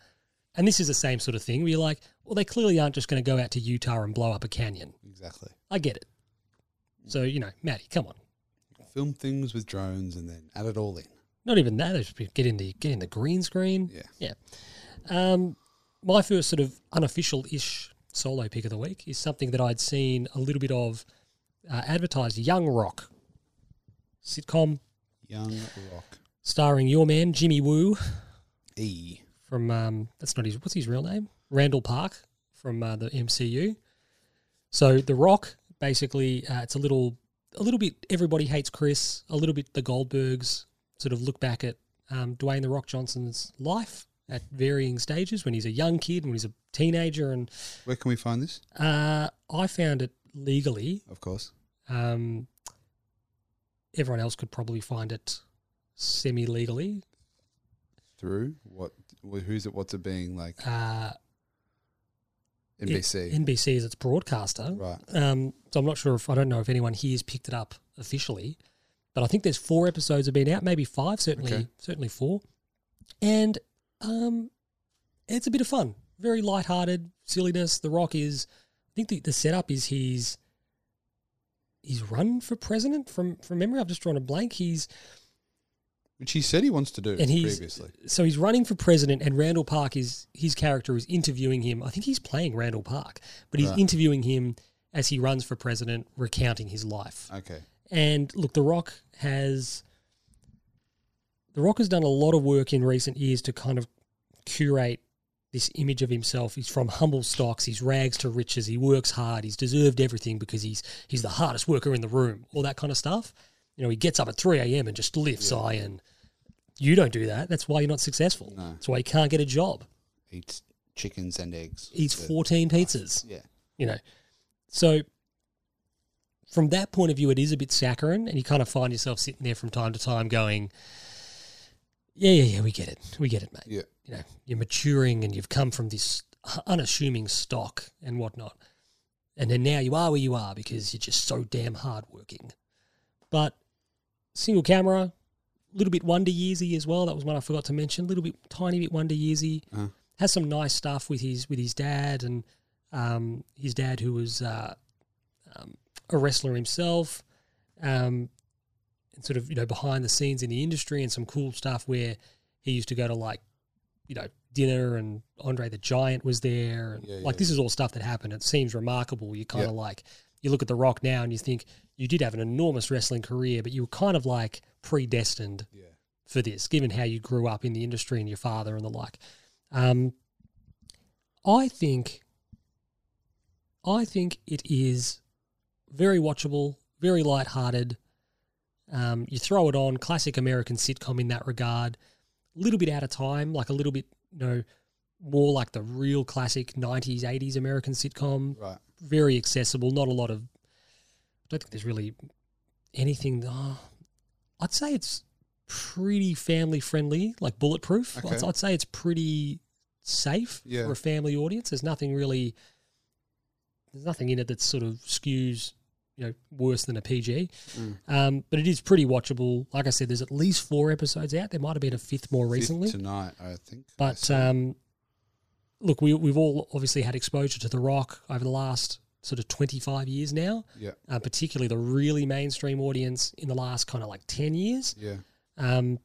S2: And this is the same sort of thing where you're like, well, they clearly aren't just going to go out to Utah and blow up a canyon.
S1: Exactly.
S2: I get it. So you know, Matty, come on.
S1: Film things with drones and then add it all in.
S2: not even that. They should get in the get in the green screen.
S1: Yeah.
S2: yeah. Um, my first sort of unofficial ish solo pick of the week is something that I'd seen a little bit of uh, advertised. Young Rock sitcom
S1: Young Rock.
S2: starring your man Jimmy Woo
S1: E.
S2: from um, that's not his what's his real name Randall Park from uh, the MCU. So the Rock basically uh, it's a little a little bit everybody hates Chris a little bit the Goldbergs sort of look back at um, Dwayne the Rock Johnson's life at varying stages when he's a young kid when he's a teenager and
S1: Where can we find this?
S2: uh, I found it legally
S1: Of course.
S2: um, everyone else could probably find it semi legally
S1: Through what? wh- Who's it? What's it being like?
S2: uh,
S1: NBC.
S2: NBC is its broadcaster
S1: right.
S2: Um, so I'm not sure if I don't know if anyone here's picked it up officially, but I think there's four episodes have been out, maybe five, certainly,
S1: Okay.
S2: certainly four, and um, it's a bit of fun, very light-hearted silliness. The Rock is, I think the, the setup is he's he's run for president from from memory. I've just drawn a blank. He's
S1: Which he said he wants to do
S2: and he's
S1: previously.
S2: so he's running for president, and Randall Park is his character is interviewing him. I think he's playing Randall Park, but he's
S1: Right.
S2: interviewing him as he runs for president, recounting his life.
S1: Okay.
S2: And look, The Rock has The Rock has done a lot of work in recent years to kind of curate this image of himself. He's from humble stocks, he's rags to riches, he works hard, he's deserved everything because he's he's the hardest worker in the room, all that kind of stuff. You know, he gets up at three AM and just lifts iron. You don't do that. That's why you're not successful.
S1: No.
S2: That's why you can't get a job.
S1: Eats chickens and eggs.
S2: Eats
S1: But-
S2: fourteen pizzas
S1: Yeah.
S2: you know. So from that point of view, it is a bit saccharine, and you kind of find yourself sitting there from time to time going, "Yeah, yeah, yeah, we get it, we get it, mate."
S1: Yeah.
S2: You know, you're maturing, and you've come from this unassuming stock and whatnot, and then now you are where you are because you're just so damn hardworking. But single camera, little bit Wonder Yeezy as well. That was one I forgot to mention. Little bit, tiny bit Wonder Yeezy.
S1: Uh-huh.
S2: Has some nice stuff with his with his dad and um, his dad, who was uh, um, a wrestler himself, um, and sort of you know behind the scenes in the industry and some cool stuff where he used to go to like you know dinner and Andre the Giant was there and
S1: Yeah, yeah,
S2: like this is all stuff that happened. It seems remarkable. You kind
S1: Yeah.
S2: of like you look at The Rock now and you think you did have an enormous wrestling career, but you were kind of like predestined
S1: Yeah.
S2: for this, given how you grew up in the industry and your father and the like. Um, I think, I think it is very watchable, very lighthearted. Um, you throw it on, classic American sitcom in that regard. A little bit out of time, like a little bit, you know, more like the real classic '90s, '80s American sitcom
S1: Right.
S2: very accessible. Not a lot of. I don't think there's really anything. Oh, I'd say it's pretty family friendly, like bulletproof.
S1: Okay.
S2: I'd, I'd say it's pretty safe
S1: Yeah.
S2: for a family audience. There's nothing really. There's nothing in it that sort of skews, you know, worse than a PG.
S1: Mm.
S2: Um, but it is pretty watchable. Like I said, there's at least four episodes out. There might have been a fifth more
S1: Fifth
S2: recently.
S1: tonight, I think. I
S2: But
S1: saw.
S2: um, look, we, we've all obviously had exposure to The Rock over the last sort of 25 years now,
S1: yeah.
S2: uh, particularly the really mainstream audience in the last kind of like 10 years.
S1: Yeah.
S2: Um,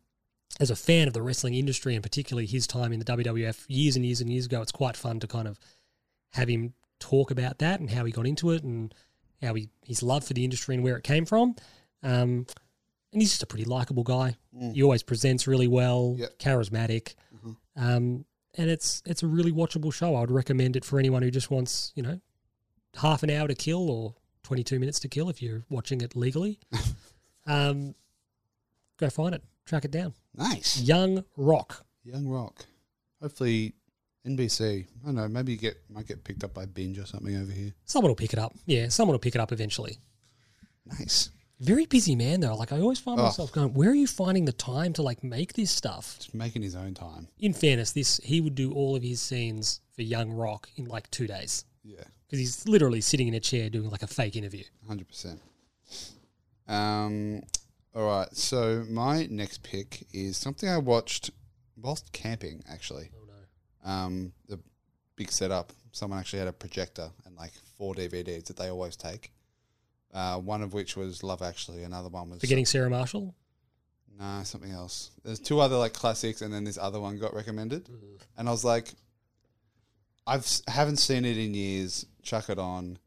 S2: as a fan of the wrestling industry and particularly his time in the WWF years and years and years ago, it's quite fun to kind of have him talk about that and how he got into it and how he, his love for the industry and where it came from. Um, and he's just a pretty likable guy.
S1: Mm.
S2: He always presents really well,
S1: Yep.
S2: charismatic,
S1: Mhm.
S2: um, and it's it's a really watchable show. I would recommend it for anyone who just wants you know half an hour to kill or twenty two minutes to kill if you're watching it legally. um, go find it, track it down.
S1: Nice.
S2: Young Rock.
S1: Young Rock. Hopefully, NBC. I don't know. Maybe you get might get picked up by Binge or something over here.
S2: Someone will pick it up. Yeah, someone will pick it up eventually.
S1: Nice.
S2: Very busy man though. Like I always find
S1: Oh.
S2: myself going, where are you finding the time to like make this stuff?
S1: Just making his own time.
S2: In fairness, this he would do all of his scenes for Young Rock in like two days
S1: Yeah,
S2: because he's literally sitting in a chair doing like a fake interview.
S1: hundred percent. Um, all right. So my next pick is something I watched whilst camping. Actually,
S2: Oh no.
S1: um, the big setup. Someone actually had a projector and like four DVDs that they always take. Uh, one of which was Love Actually. Another one was
S2: Forgetting Sarah Marshall.
S1: Nah, something else. There's two other like classics, and then this other one got recommended,
S2: Mm-hmm.
S1: and I was like, I've s- haven't seen it in years. Chuck it on,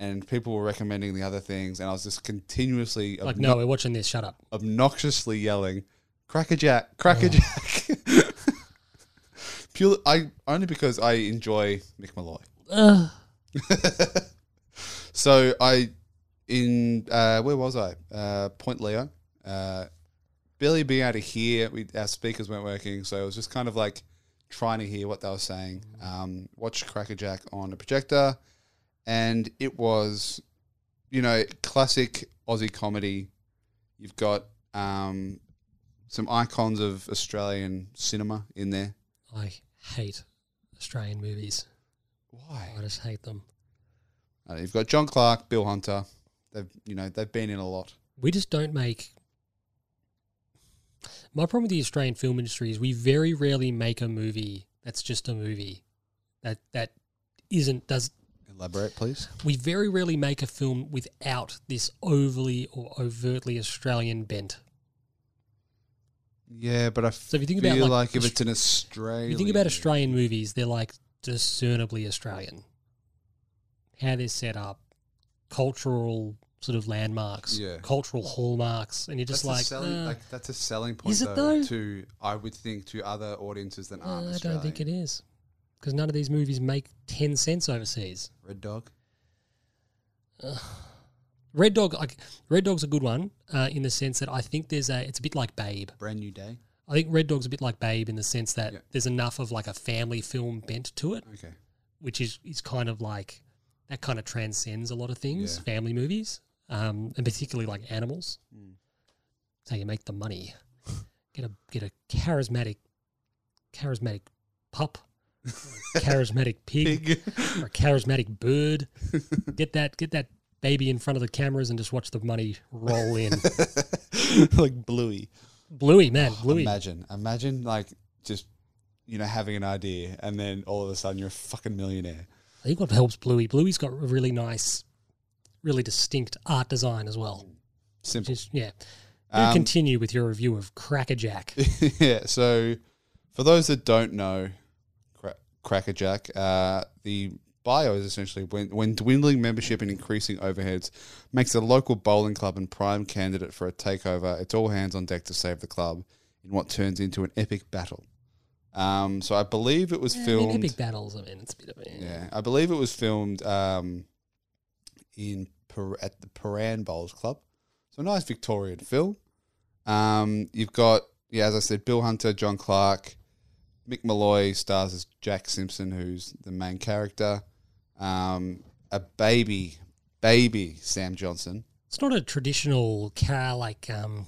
S1: and people were recommending the other things, and I was just continuously
S2: Like,
S1: obno-
S2: Uh, no, we're watching this. Shut up.
S1: obnoxiously yelling, "Crackerjack, crackerjack!" Pure, I only because I enjoy Mick Malloy.
S2: Ugh.
S1: So I in uh, where was I? Uh, Point Leo. Uh, barely being able to hear. We, our speakers weren't working, so it was just kind of like trying to hear what they were saying. Um, watched Crackerjack on a projector, and it was, you know, classic Aussie comedy. You've got um, some icons of Australian cinema in there.
S2: I hate Australian movies.
S1: Why?
S2: I just hate them.
S1: Uh, you've got John Clark, Bill Hunter. They've you know they've been in a lot.
S2: we just don't make my problem with the Australian film industry is we very rarely make a movie that's just a movie that that isn't does
S1: Elaborate, please.
S2: we very rarely make a film without this overly or overtly Australian bent.
S1: Yeah, but I so
S2: if you think
S1: feel
S2: about,
S1: like,
S2: like,
S1: if
S2: Aus-
S1: it's an Australian,
S2: If you think about Australian movies, they're like discernibly Australian. How they're set up, cultural sort of landmarks,
S1: Yeah.
S2: cultural hallmarks, and you're
S1: that's
S2: just
S1: a
S2: like,
S1: selling,
S2: "Ah,
S1: like that's a selling point.
S2: Is it
S1: though,
S2: though? Uh,
S1: To I would think to other audiences than aren't
S2: Oh, I
S1: Australian.
S2: don't think it is because none of these movies make ten cents overseas.
S1: Red Dog.
S2: Red Dog, I, Red Dog's a good one uh, in the sense that I think there's a. It's a bit like Babe.
S1: Brand New Day.
S2: I think Red Dog's a bit like Babe in the sense that
S1: Yeah.
S2: there's enough of like a family film bent to it,
S1: Okay.
S2: which is is kind of like that kind of transcends a lot of things,
S1: Yeah.
S2: family movies, um, and particularly like animals.
S1: Mm.
S2: That's how you make the money. Get a get a charismatic, charismatic pup, charismatic pig.
S1: Big.
S2: or a charismatic bird. Get that get that baby in front of the cameras and just watch the money roll in.
S1: like Bluey.
S2: Bluey, man, Bluey.
S1: Imagine, imagine like just you know having an idea and then all of a sudden you're a fucking millionaire.
S2: I think what helps Bluey, Bluey's got a really nice, really distinct art design as well.
S1: Simple.
S2: Just yeah. Do
S1: Um,
S2: continue with your review of Crackerjack.
S1: yeah. So, for those that don't know, Cra- Crackerjack, uh, the bio is essentially when, when dwindling membership and increasing overheads makes a local bowling club and prime candidate for a takeover. It's all hands on deck to save the club in what turns into an epic battle. Um, so I believe it was
S2: I mean,
S1: filmed.
S2: epic battles. I mean, it's a bit of a,
S1: Yeah, I believe it was filmed um, in Per- at the Paran Bowls Club. So a nice Victorian film. Um, you've got yeah, as I said, Bill Hunter, John Clark, Mick Malloy stars as Jack Simpson, who's the main character. Um, a baby, baby Sam Johnson.
S2: It's not a traditional car like um,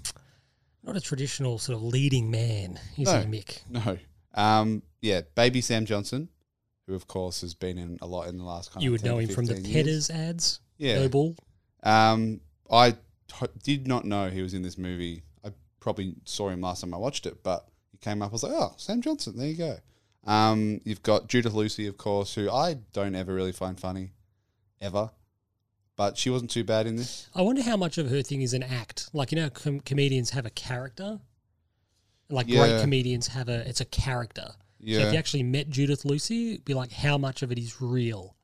S2: not a traditional sort of leading man, is
S1: No.
S2: he, Mick?
S1: No, um, yeah, baby Sam Johnson, who of course has been in a lot in the last kind
S2: You
S1: of
S2: would
S1: 10
S2: know
S1: to
S2: him from the
S1: 15 years.
S2: Pedders ads.
S1: Yeah.
S2: Noble.
S1: Um, I t- did not know he was in this movie. I probably saw him last time I watched it, but he came up. I was like, oh, Sam Johnson. There you go. Um, you've got Judith Lucy, of course, who I don't ever really find funny, ever. But she wasn't too bad in this.
S2: I wonder how much of her thing is an act. Like you know, com- comedians have a character. Like
S1: Yeah.
S2: great comedians have a it's a character. So
S1: Yeah,
S2: if you actually met Judith Lucy, it'd be like how much of it is real.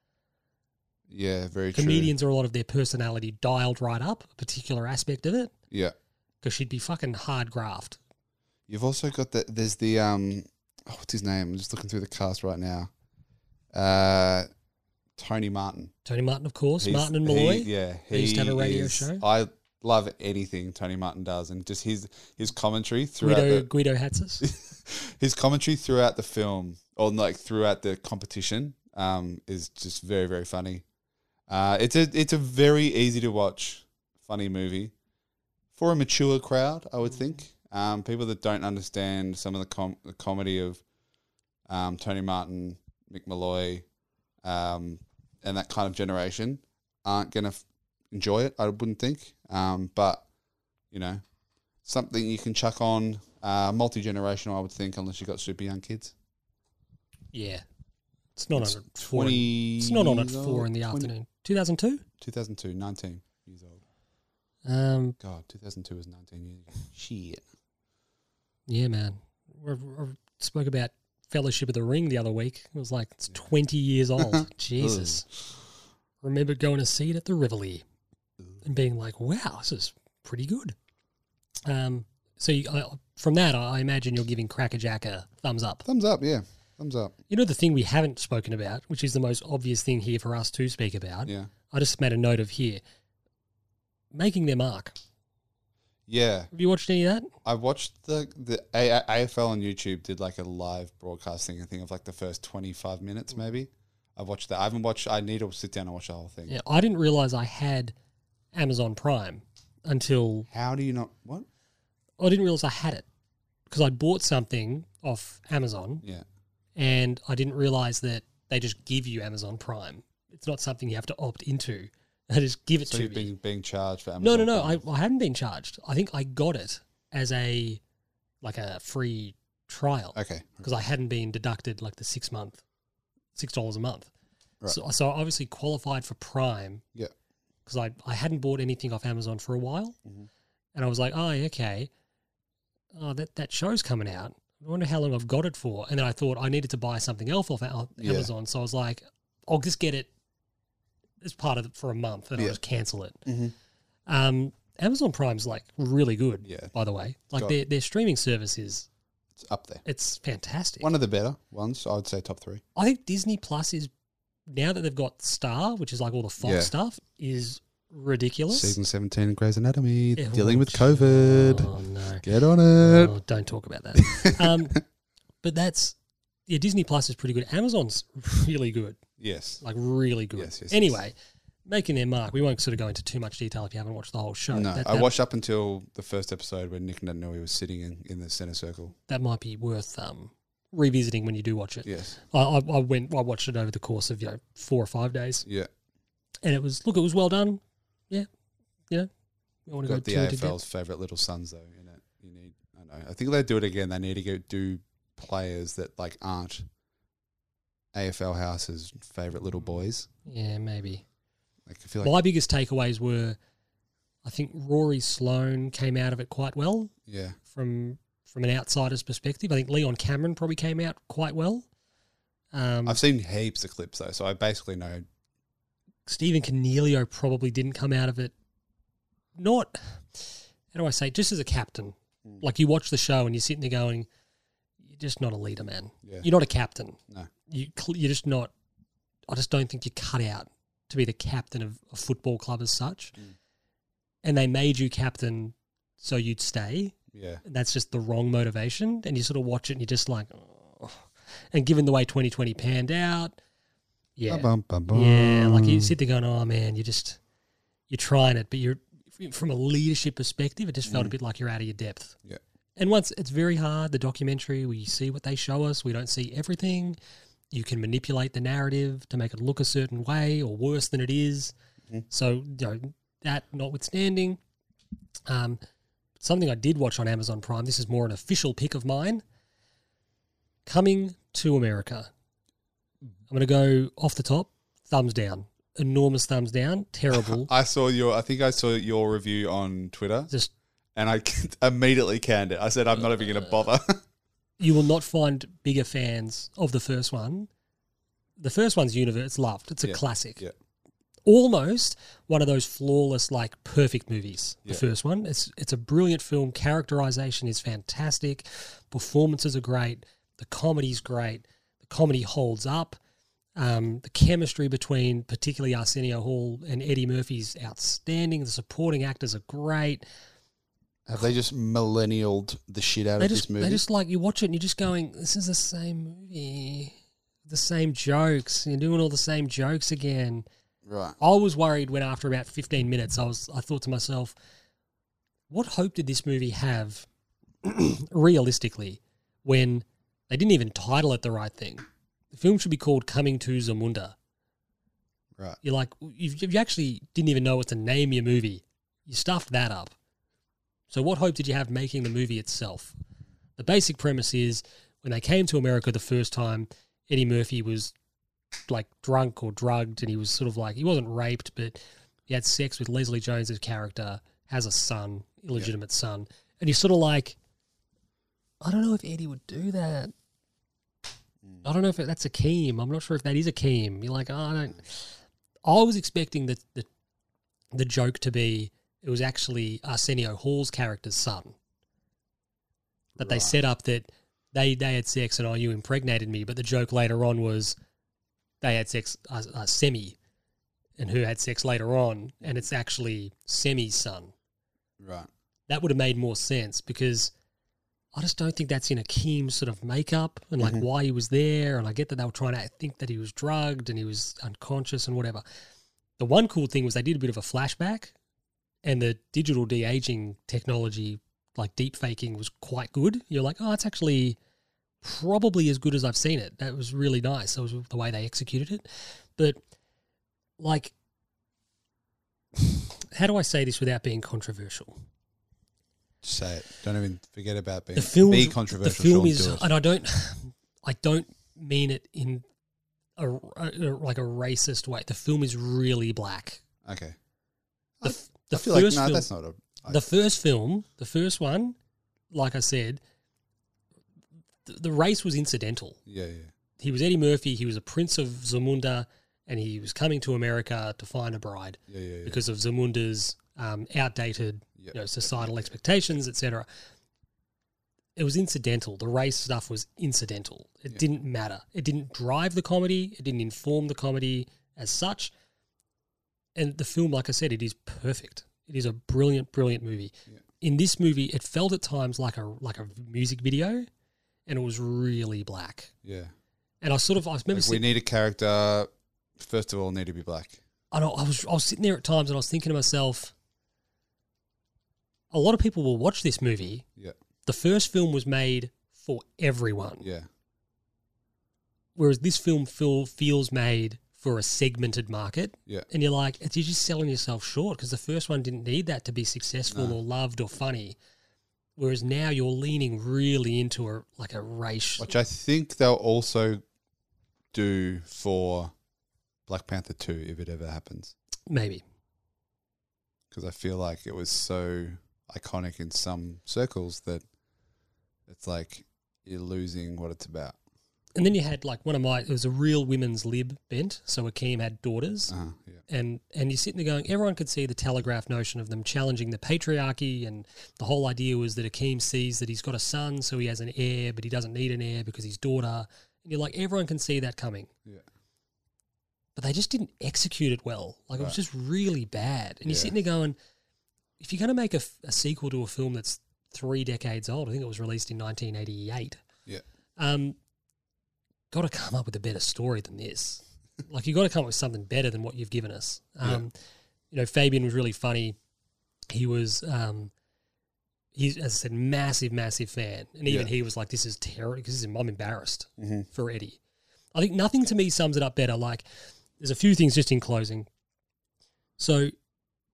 S1: yeah, very
S2: Comedians are a lot of their personality dialed right up, a particular aspect of it,
S1: true. Yeah,
S2: because she'd be fucking hard graft.
S1: you've also got the there's the um, oh, what's his name? I'm just looking through the cast right now. Uh, Tony Martin.
S2: Tony Martin, of course,
S1: He's-
S2: Martin and
S1: he-
S2: Malloy.
S1: yeah,
S2: They used to have a radio show.
S1: I love anything Tony Martin does, and just his his commentary throughout
S2: Guido
S1: the,
S2: Guido Hatzis.
S1: his commentary throughout the film, or like throughout the competition, um, is just very very funny. Uh, it's a it's a very easy to watch funny movie. for a mature crowd, I would think. Um, people that don't understand some of the, com- the comedy of um, Tony Martin, Mick Malloy, um, and that kind of generation aren't going to f- enjoy it, I wouldn't think. Um, but, you know, something you can chuck on, uh, multi generational, I would think, unless you've got super young kids.
S2: Yeah. It's not on at four. 20
S1: 20.
S2: it's not on at
S1: years
S2: four
S1: old,
S2: in the
S1: 20
S2: afternoon. 2002?
S1: 2002, 19 years old.
S2: Um,
S1: God, 2002 was 19 years ago. Shit.
S2: yeah, man. I spoke about Fellowship of the Ring the other week. It was like, it's 20 years old. Jesus. Remember going to see it at the Rivoli and being like, wow, this is pretty good. Um, so you, I, from that, I I imagine you're giving Crackerjack a thumbs up.
S1: Thumbs up, yeah. Thumbs up.
S2: You know the thing we haven't spoken about, which is the most obvious thing here for us to speak about.
S1: Yeah.
S2: I just made a note of here. Making their mark.
S1: Yeah.
S2: Have you watched any of that?
S1: I watched the the A- A- AFL on YouTube did like a live broadcasting thing of like the first twenty five
S2: Mm.
S1: minutes maybe. I watched that. I haven't watched. I need to sit down and watch the whole thing.
S2: Yeah, I didn't realize I had Amazon Prime until
S1: How do you not? What?
S2: I didn't realize I had it because I bought something off Amazon
S1: Yeah.
S2: and I didn't realize that they just give you Amazon Prime. It's not something you have to opt into. They just give it
S1: So
S2: to
S1: you've
S2: you.
S1: been being charged for
S2: No,
S1: Amazon?
S2: no, no.
S1: Prime.
S2: I, I hadn't been charged. I think I got it as a like a free trial because
S1: okay.
S2: I hadn't been deducted like the six month six dollars a month.
S1: Right.
S2: So, so I obviously qualified for Prime
S1: Yeah.
S2: because I, I hadn't bought anything off Amazon for a while,
S1: Mhm.
S2: and I was like, oh okay, oh that that show's coming out. I wonder how long I've got it for. And then I thought I needed to buy something else off Am-
S1: Yeah.
S2: Amazon, so I was like, I'll just get it as part of it for a month, and
S1: Yeah.
S2: I'll just cancel it.
S1: Mhm.
S2: Um, Amazon Prime's like really good,
S1: Yeah.
S2: By the way, like
S1: Got-
S2: their their streaming service is
S1: It's up there.
S2: it's fantastic.
S1: One of the better ones. I would say top three.
S2: I think Disney Plus is now that they've got Star, which is like all the Fox
S1: Yeah.
S2: stuff, is ridiculous.
S1: Season seventeen, of Grey's Anatomy,
S2: Yeah,
S1: dealing with
S2: watch.
S1: COVID.
S2: Oh no!
S1: Get on it.
S2: Oh, don't talk about that. um, but that's yeah. Disney Plus is pretty good. Amazon's really good,
S1: Yes.
S2: like really good.
S1: Yes, yes, yes.
S2: anyway, making their mark. We won't sort of go into too much detail if you haven't watched the whole show.
S1: No,
S2: that,
S1: I
S2: that-
S1: watched up until the first episode where Nick Nanui was sitting in, in the center circle.
S2: that might be worth um, revisiting when you do watch it.
S1: Yes.
S2: I, I, I went. I watched it over the course of you know four or five days,
S1: Yeah.
S2: and it was look. It was well done. Yeah, you know. I want to go
S1: got the
S2: too into depth.
S1: AFL's favourite little sons though in it. You need, I know. I think they do it again. They need to go do players that like aren't AFL House's favourite little boys.
S2: Yeah, maybe.
S1: Like I feel like
S2: My biggest takeaways were, I think Rory Sloan came out of it quite well.
S1: yeah,
S2: from from an outsider's perspective. I think Leon Cameron probably came out quite well. Um,
S1: I've seen heaps of clips though, so I basically know.
S2: Stephen Cornelio probably didn't come out of it. Not how do I say? Just as a captain,
S1: Hmm.
S2: like you watch the show and you're sitting there going, "You're just not a leader, man.
S1: Yeah.
S2: You're not a captain.
S1: No.
S2: you cl- you're just not. I just don't think you're cut out to be the captain of a football club as such. And they made you captain so you'd stay.
S1: Yeah,
S2: that's just the wrong motivation. And you sort of watch it and you're just like, oh. and given the way 2020 panned out, yeah,
S1: Ba-bum, ba-bum.
S2: yeah, like you sit there going, oh man, you just you're trying it, but you're from a leadership perspective, it just felt a bit like you're out of your depth.
S1: Yeah.
S2: And once it's very hard, the documentary, we see what they show us, we don't see everything. You can manipulate the narrative to make it look a certain way or worse than it is. So, you know, that notwithstanding, um, something I did watch on Amazon Prime, this is more an official pick of mine Coming to America. I'm going to go off the top, thumbs down, enormous thumbs down, terrible.
S1: I saw your. I think I saw your review on Twitter,
S2: Just
S1: and I immediately canned it. I said, "I'm not even going to bother."
S2: you will not find bigger fans of the first one. The first one's universe it's loved. It's a
S1: Yeah,
S2: classic.
S1: yeah.
S2: Almost one of those flawless, like perfect movies. The
S1: Yeah.
S2: first one. It's it's a brilliant film. Characterization is fantastic. Performances are great. The comedy's great. The comedy holds up. Um, the chemistry between particularly Arsenio Hall and Eddie Murphy's outstanding. The supporting actors are great.
S1: Have they just millennialed the shit out
S2: they just, They just like you watch it and you're just going, "This is the same movie, the same jokes. You're doing all the same jokes again."
S1: right.
S2: I was worried when after about 15 minutes, I was I thought to myself, what hope did this movie have realistically when they didn't even title it the right thing? The film should be called Coming to Zamunda.
S1: Right.
S2: You're like, you, you actually didn't even know what to name your movie. You stuffed that up. So, what hope did you have making the movie itself? The basic premise is when they came to America the first time, Eddie Murphy was like drunk or drugged, and he was sort of like, he wasn't raped, but he had sex with Leslie Jones's character, has a son, illegitimate son. And he's sort of like, I don't know if Eddie would do that. I don't know if that's a Keem. I'm not sure if that is a Keem. You're like, "Oh, I don't. I was expecting the, the the joke to be it was actually Arsenio Hall's character's son that they
S1: Right.
S2: set up that they they had sex and oh you impregnated me, but the joke later on was they had sex uh, uh, semi and who had sex later on, and it's actually semi's son.
S1: Right.
S2: That would have made more sense because. I just don't think that's in Akeem's sort of makeup and like why he was there. And I get that they were trying to think that he was drugged and he was unconscious and whatever. The one cool thing was they did a bit of a flashback and the digital de aging technology, like deep faking, was quite good. You're like, oh, it's actually probably as good as I've seen it. That was really nice. That was the way they executed it. But like, how do I say this without being controversial?
S1: Just say it. Don't even forget about being
S2: the film
S1: be controversial.
S2: The film
S1: Sean,
S2: is,
S1: do it.
S2: and I don't, I don't mean it in a, a- like a racist way. The film is really black.
S1: okay.
S2: The,
S1: I-
S2: f- uh, the
S1: I feel like no,
S2: first film,
S1: that's not a. I-
S2: the first film, the first one, like I said, the, the race was incidental.
S1: yeah, yeah.
S2: He was Eddie Murphy. He was a prince of Zamunda, and he was coming to America to find a bride
S1: Yeah, yeah, yeah.
S2: because of Zamunda's um, outdated
S1: Yep.
S2: you know, societal expectations, etc. It was incidental. The race stuff was incidental. It didn't matter. It didn't drive the comedy. It didn't inform the comedy as such. And the film, like I said, it is perfect. It is a brilliant, brilliant movie. In this movie, it felt at times like a like a music video, and it was really black.
S1: yeah.
S2: And I sort of I remember
S1: Like,
S2: sitting-
S1: we need a character. First of all, need to be black.
S2: I know I was I was sitting there at times and I was thinking to myself, a lot of people will watch this movie.
S1: Yeah,
S2: The first film was made for everyone,
S1: yeah,
S2: whereas this film feel, feels made for a segmented market.
S1: yeah,
S2: And you're like, it's, you're just selling yourself short because the first one didn't need that to be successful
S1: No.
S2: or loved or funny. Whereas now you're leaning really into a like a race.
S1: which I think they'll also do for Black Panther two if it ever happens,
S2: Maybe
S1: because I feel like it was so iconic in some circles that it's like you're losing what it's about.
S2: and then you had like one of my it was a real women's lib bent. So Akeem had daughters.
S1: Uh, yeah,
S2: and and you're sitting there going, everyone could see the telegraph notion of them challenging the patriarchy, and the whole idea was that Akeem sees that he's got a son, so he has an heir, but he doesn't need an heir because his daughter. And you're like, everyone can see that coming,
S1: yeah,
S2: but they just didn't execute it well. Like it was
S1: Right.
S2: just really bad. And you're
S1: Yeah.
S2: sitting there going, if you're going to make a, f- a sequel to a film that's three decades old, I think it was released in 1988
S1: yeah.
S2: um, got to come up with a better story than this. Like you got to come up with something better than what you've given us. Um, You know, Fabian was really funny. He was, um, he's as I said, massive, massive fan, and even
S1: Yeah.
S2: he was like, "This is terrible. Because I'm embarrassed
S1: Mhm.
S2: for Eddie." I think nothing to me sums it up better. Like, there's a few things just in closing. So,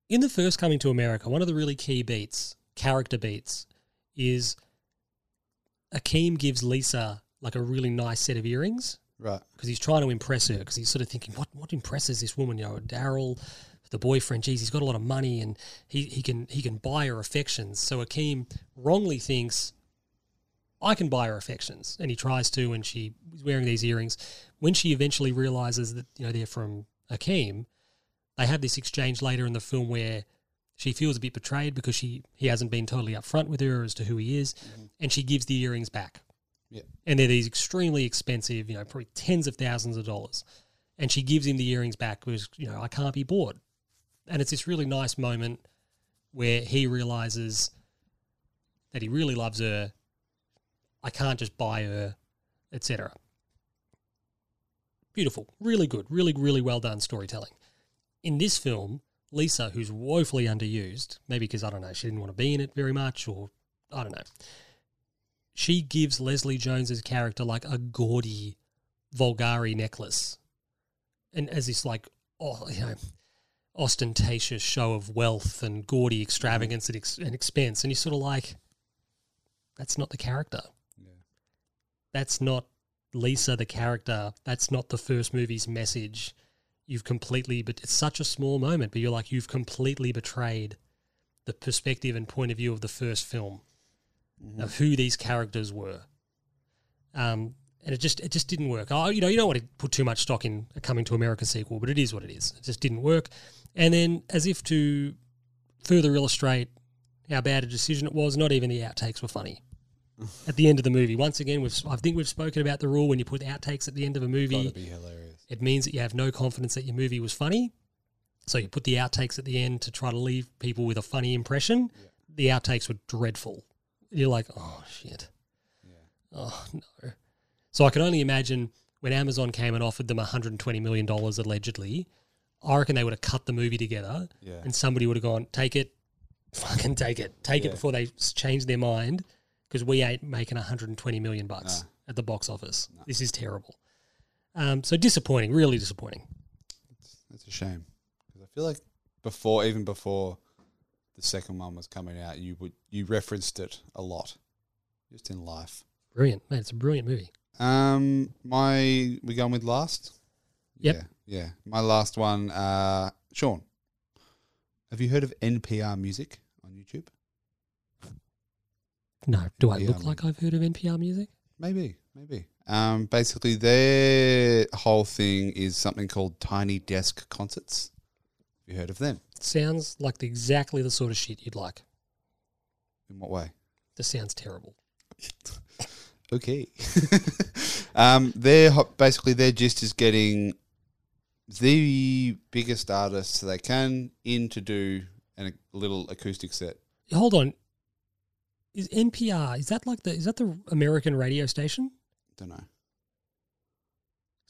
S2: in the first Coming to America, one of the really key beats, character beats, is Akeem gives Lisa like a really nice set of earrings
S1: Right.
S2: because he's trying to impress her because he's sort of thinking, what what impresses this woman? You know, Daryl, the boyfriend. Geez, he's got a lot of money and he, he can he can buy her affections. So Akeem wrongly thinks I can buy her affections, and he tries to. And she is wearing these earrings. When she eventually realizes that you know they're from Akeem, they have this exchange later in the film where she feels a bit betrayed because she he hasn't been totally upfront with her as to who he is, and she gives the earrings back
S1: Yeah.
S2: and they're these extremely expensive, you know, probably tens of thousands of dollars. And she gives him the earrings back because, you know, I can't be bored. And it's this really nice moment where he realizes that he really loves her. I can't just buy her, etc. Beautiful, really good, really, really well done storytelling. In this film, Lisa, who's woefully underused, maybe because I don't know, she didn't want to be in it very much, or I don't know. She gives Leslie Jones's character like a gaudy Vulgari necklace, and as this like oh you know ostentatious show of wealth and gaudy extravagance and, ex- and expense, and you're sort of like, that's not the character. That's not Lisa the character. That's not the first movie's message. You've completely, but it's such a small moment, but you're like, you've completely betrayed the perspective and point of view of the first film
S1: Mm-hmm.
S2: of who these characters were. Um, and it just it just didn't work. Oh, you know, you don't want to put too much stock in a coming to America sequel, but it is what it is. It just didn't work. And then, as if to further illustrate how bad a decision it was, not even the outtakes were funny at the end of the movie. Once again, we've I think we've spoken about the rule when you put outtakes at the end of a movie,
S1: Gotta be hilarious.
S2: it means that you have no confidence that your movie was funny. So you put the outtakes at the end to try to leave people with a funny impression. The outtakes were dreadful. You're like, oh shit, oh no. So I can only imagine when Amazon came and offered them 120 million dollars allegedly. I reckon they would have cut the movie together,
S1: Yeah.
S2: and somebody would have gone, take it, fucking take it, take it
S1: Yeah.
S2: before they s- change their mind because we ain't making 120 million bucks
S1: Nah.
S2: at the box office. This is terrible. Um, so disappointing, really disappointing.
S1: That's a shame because I feel like before, even before the second one was coming out, you would you referenced it a lot, just in life.
S2: Brilliant, man. It's a brilliant movie.
S1: Um, my we going with last.
S2: Yep.
S1: Yeah, yeah. My last one, uh, Sean. Have you heard of NPR music on YouTube?
S2: No, do I
S1: Yeah,
S2: look
S1: I'm-
S2: like I've heard of NPR music?
S1: Maybe, maybe. Um, basically, their whole thing is something called Tiny Desk Concerts. Have you heard of them?
S2: Sounds like the, exactly the sort of shit you'd like.
S1: In what way?
S2: This sounds terrible.
S1: Okay. um, their ho- basically their gist is getting the biggest artists they can in to do an, a little acoustic set.
S2: Hold on. Is NPR, is that like the, is that the American radio station?
S1: Don't know.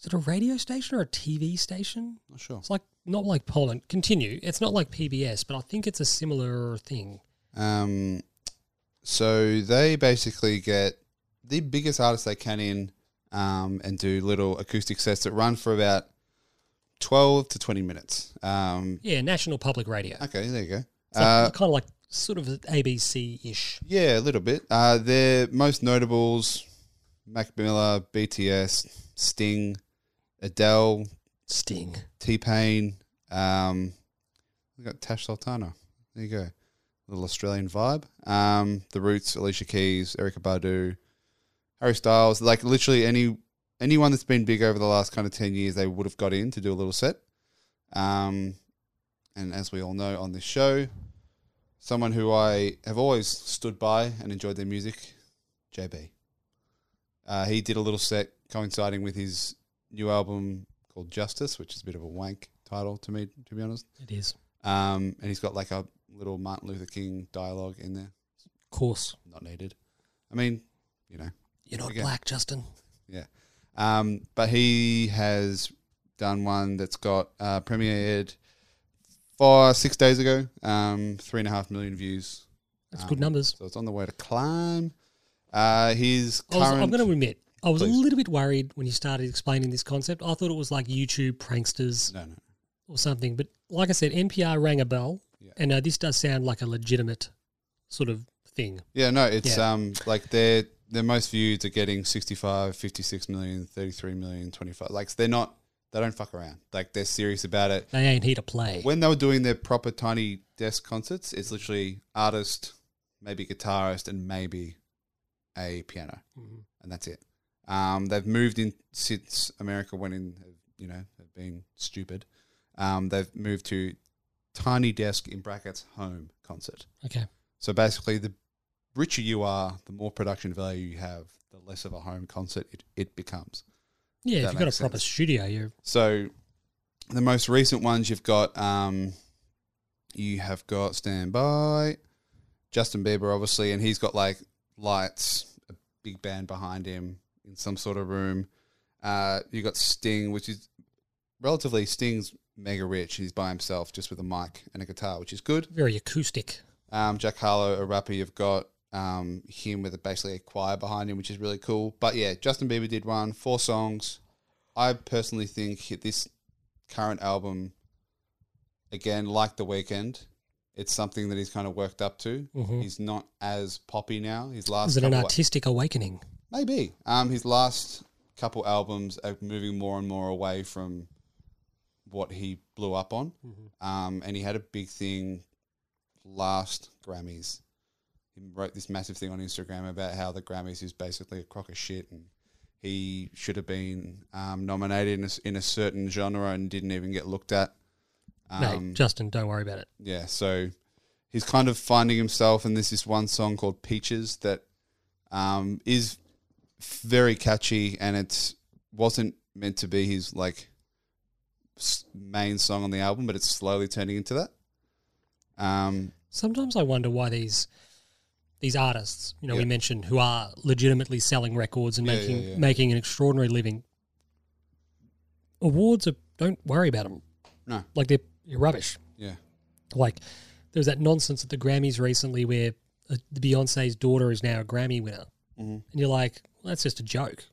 S2: Is it a radio station or a TV station?
S1: Not sure.
S2: It's like, not like Poland. Continue. It's not like PBS, but I think it's a similar thing.
S1: Um, so they basically get the biggest artists they can in um, and do little acoustic sets that run for about 12 to 20 minutes. Um,
S2: Yeah, National Public Radio.
S1: okay, there you go.
S2: It's
S1: Uh,
S2: like, kind of like sort of ABC ish.
S1: yeah, a little bit. Uh, their most notables Mac Miller, BTS, Sting, Adele,
S2: Sting.
S1: T Pain. Um, we got Tash Sultana. There you go, little Australian vibe. Um, the Roots, Alicia Keys, Erica Badu, Harry Styles. Like literally any anyone that's been big over the last kind of ten years, they would have got in to do a little set. Um, and as we all know on this show, someone who I have always stood by and enjoyed their music, JB. Uh, he did a little set coinciding with his new album called Justice, which is a bit of a wank title to me, to be honest.
S2: It is.
S1: Um, and he's got like a little Martin Luther King dialogue in there.
S2: Of course.
S1: Not needed. I mean, you know,
S2: You're not
S1: Okay.
S2: black, Justin.
S1: yeah. Um, but he has done one that's got uh, premiered four six days ago. Um, three and a half million views.
S2: That's
S1: Um,
S2: good numbers.
S1: So it's on the way to climb. Uh, his
S2: I
S1: current.
S2: was, I'm going to admit, I was
S1: Please.
S2: a little bit worried when you started explaining this concept. I thought it was like YouTube pranksters
S1: no, no.
S2: or something. But like I said, NPR rang a bell,
S1: Yeah.
S2: and uh, this does sound like a legitimate sort of thing.
S1: Yeah, no, it's
S2: Yeah.
S1: um like their their most views are getting 65, 56 million, 33 million, 25. Like they're not they don't fuck around. Like they're serious about it.
S2: They ain't here to play.
S1: When they were doing their proper tiny desk concerts, it's literally artist, maybe guitarist and maybe a piano.
S2: Mhm.
S1: And that's it. Um, they've moved in since America went in, you know, they've been stupid. Um, they've moved to tiny desk in brackets home concert.
S2: Okay.
S1: So basically, the richer you are, the more production value you have, the less of a home concert it, it becomes.
S2: Yeah,
S1: That
S2: if you've got a
S1: makes
S2: proper
S1: sense.
S2: studio, you're
S1: So the most recent ones you've got, um, you have got Stand By, Justin Bieber, obviously, and he's got like lights, a big band behind him in some sort of room. Uh, you got Sting, which is relatively Sting's mega rich. He's by himself, just with a mic and a guitar, which is good.
S2: Very acoustic.
S1: Um, Jack Harlow, a rapper, you've got um, him with a, basically a choir behind him, which is really cool. But yeah, Justin Bieber did one, four songs. I personally think he- this current album, again, like The Weeknd, it's something that he's kind of worked up to. He's not as poppy now. His last
S2: Mm-hmm. Is it an
S1: couple-
S2: artistic awakening?
S1: Maybe. Um, his last couple albums are moving more and more away from what he blew up on. Um, and he had a big thing last Grammys. He wrote this massive thing on Instagram about how the Grammys is basically a crock of shit and he should have been um, nominated in a, s- in a certain genre and didn't even get looked at. Um,
S2: no, Justin, don't worry about it.
S1: Yeah, so he's kind of finding himself, and there's this one song called Peaches that um, is very catchy, and it's wasn't meant to be his like s- main song on the album, but it's slowly turning into that. Um,
S2: Sometimes I wonder why these these artists, you know, we
S1: Yeah.
S2: mentioned who are legitimately selling records and
S1: Yeah,
S2: making
S1: yeah, yeah.
S2: making an extraordinary living. Awards are don't worry about them.
S1: no,
S2: Like they're you're rubbish.
S1: yeah,
S2: Like there was that nonsense at the Grammys recently where uh, Beyonce's daughter is now a Grammy winner,
S1: Mhm.
S2: and you're like, well, that's just a joke.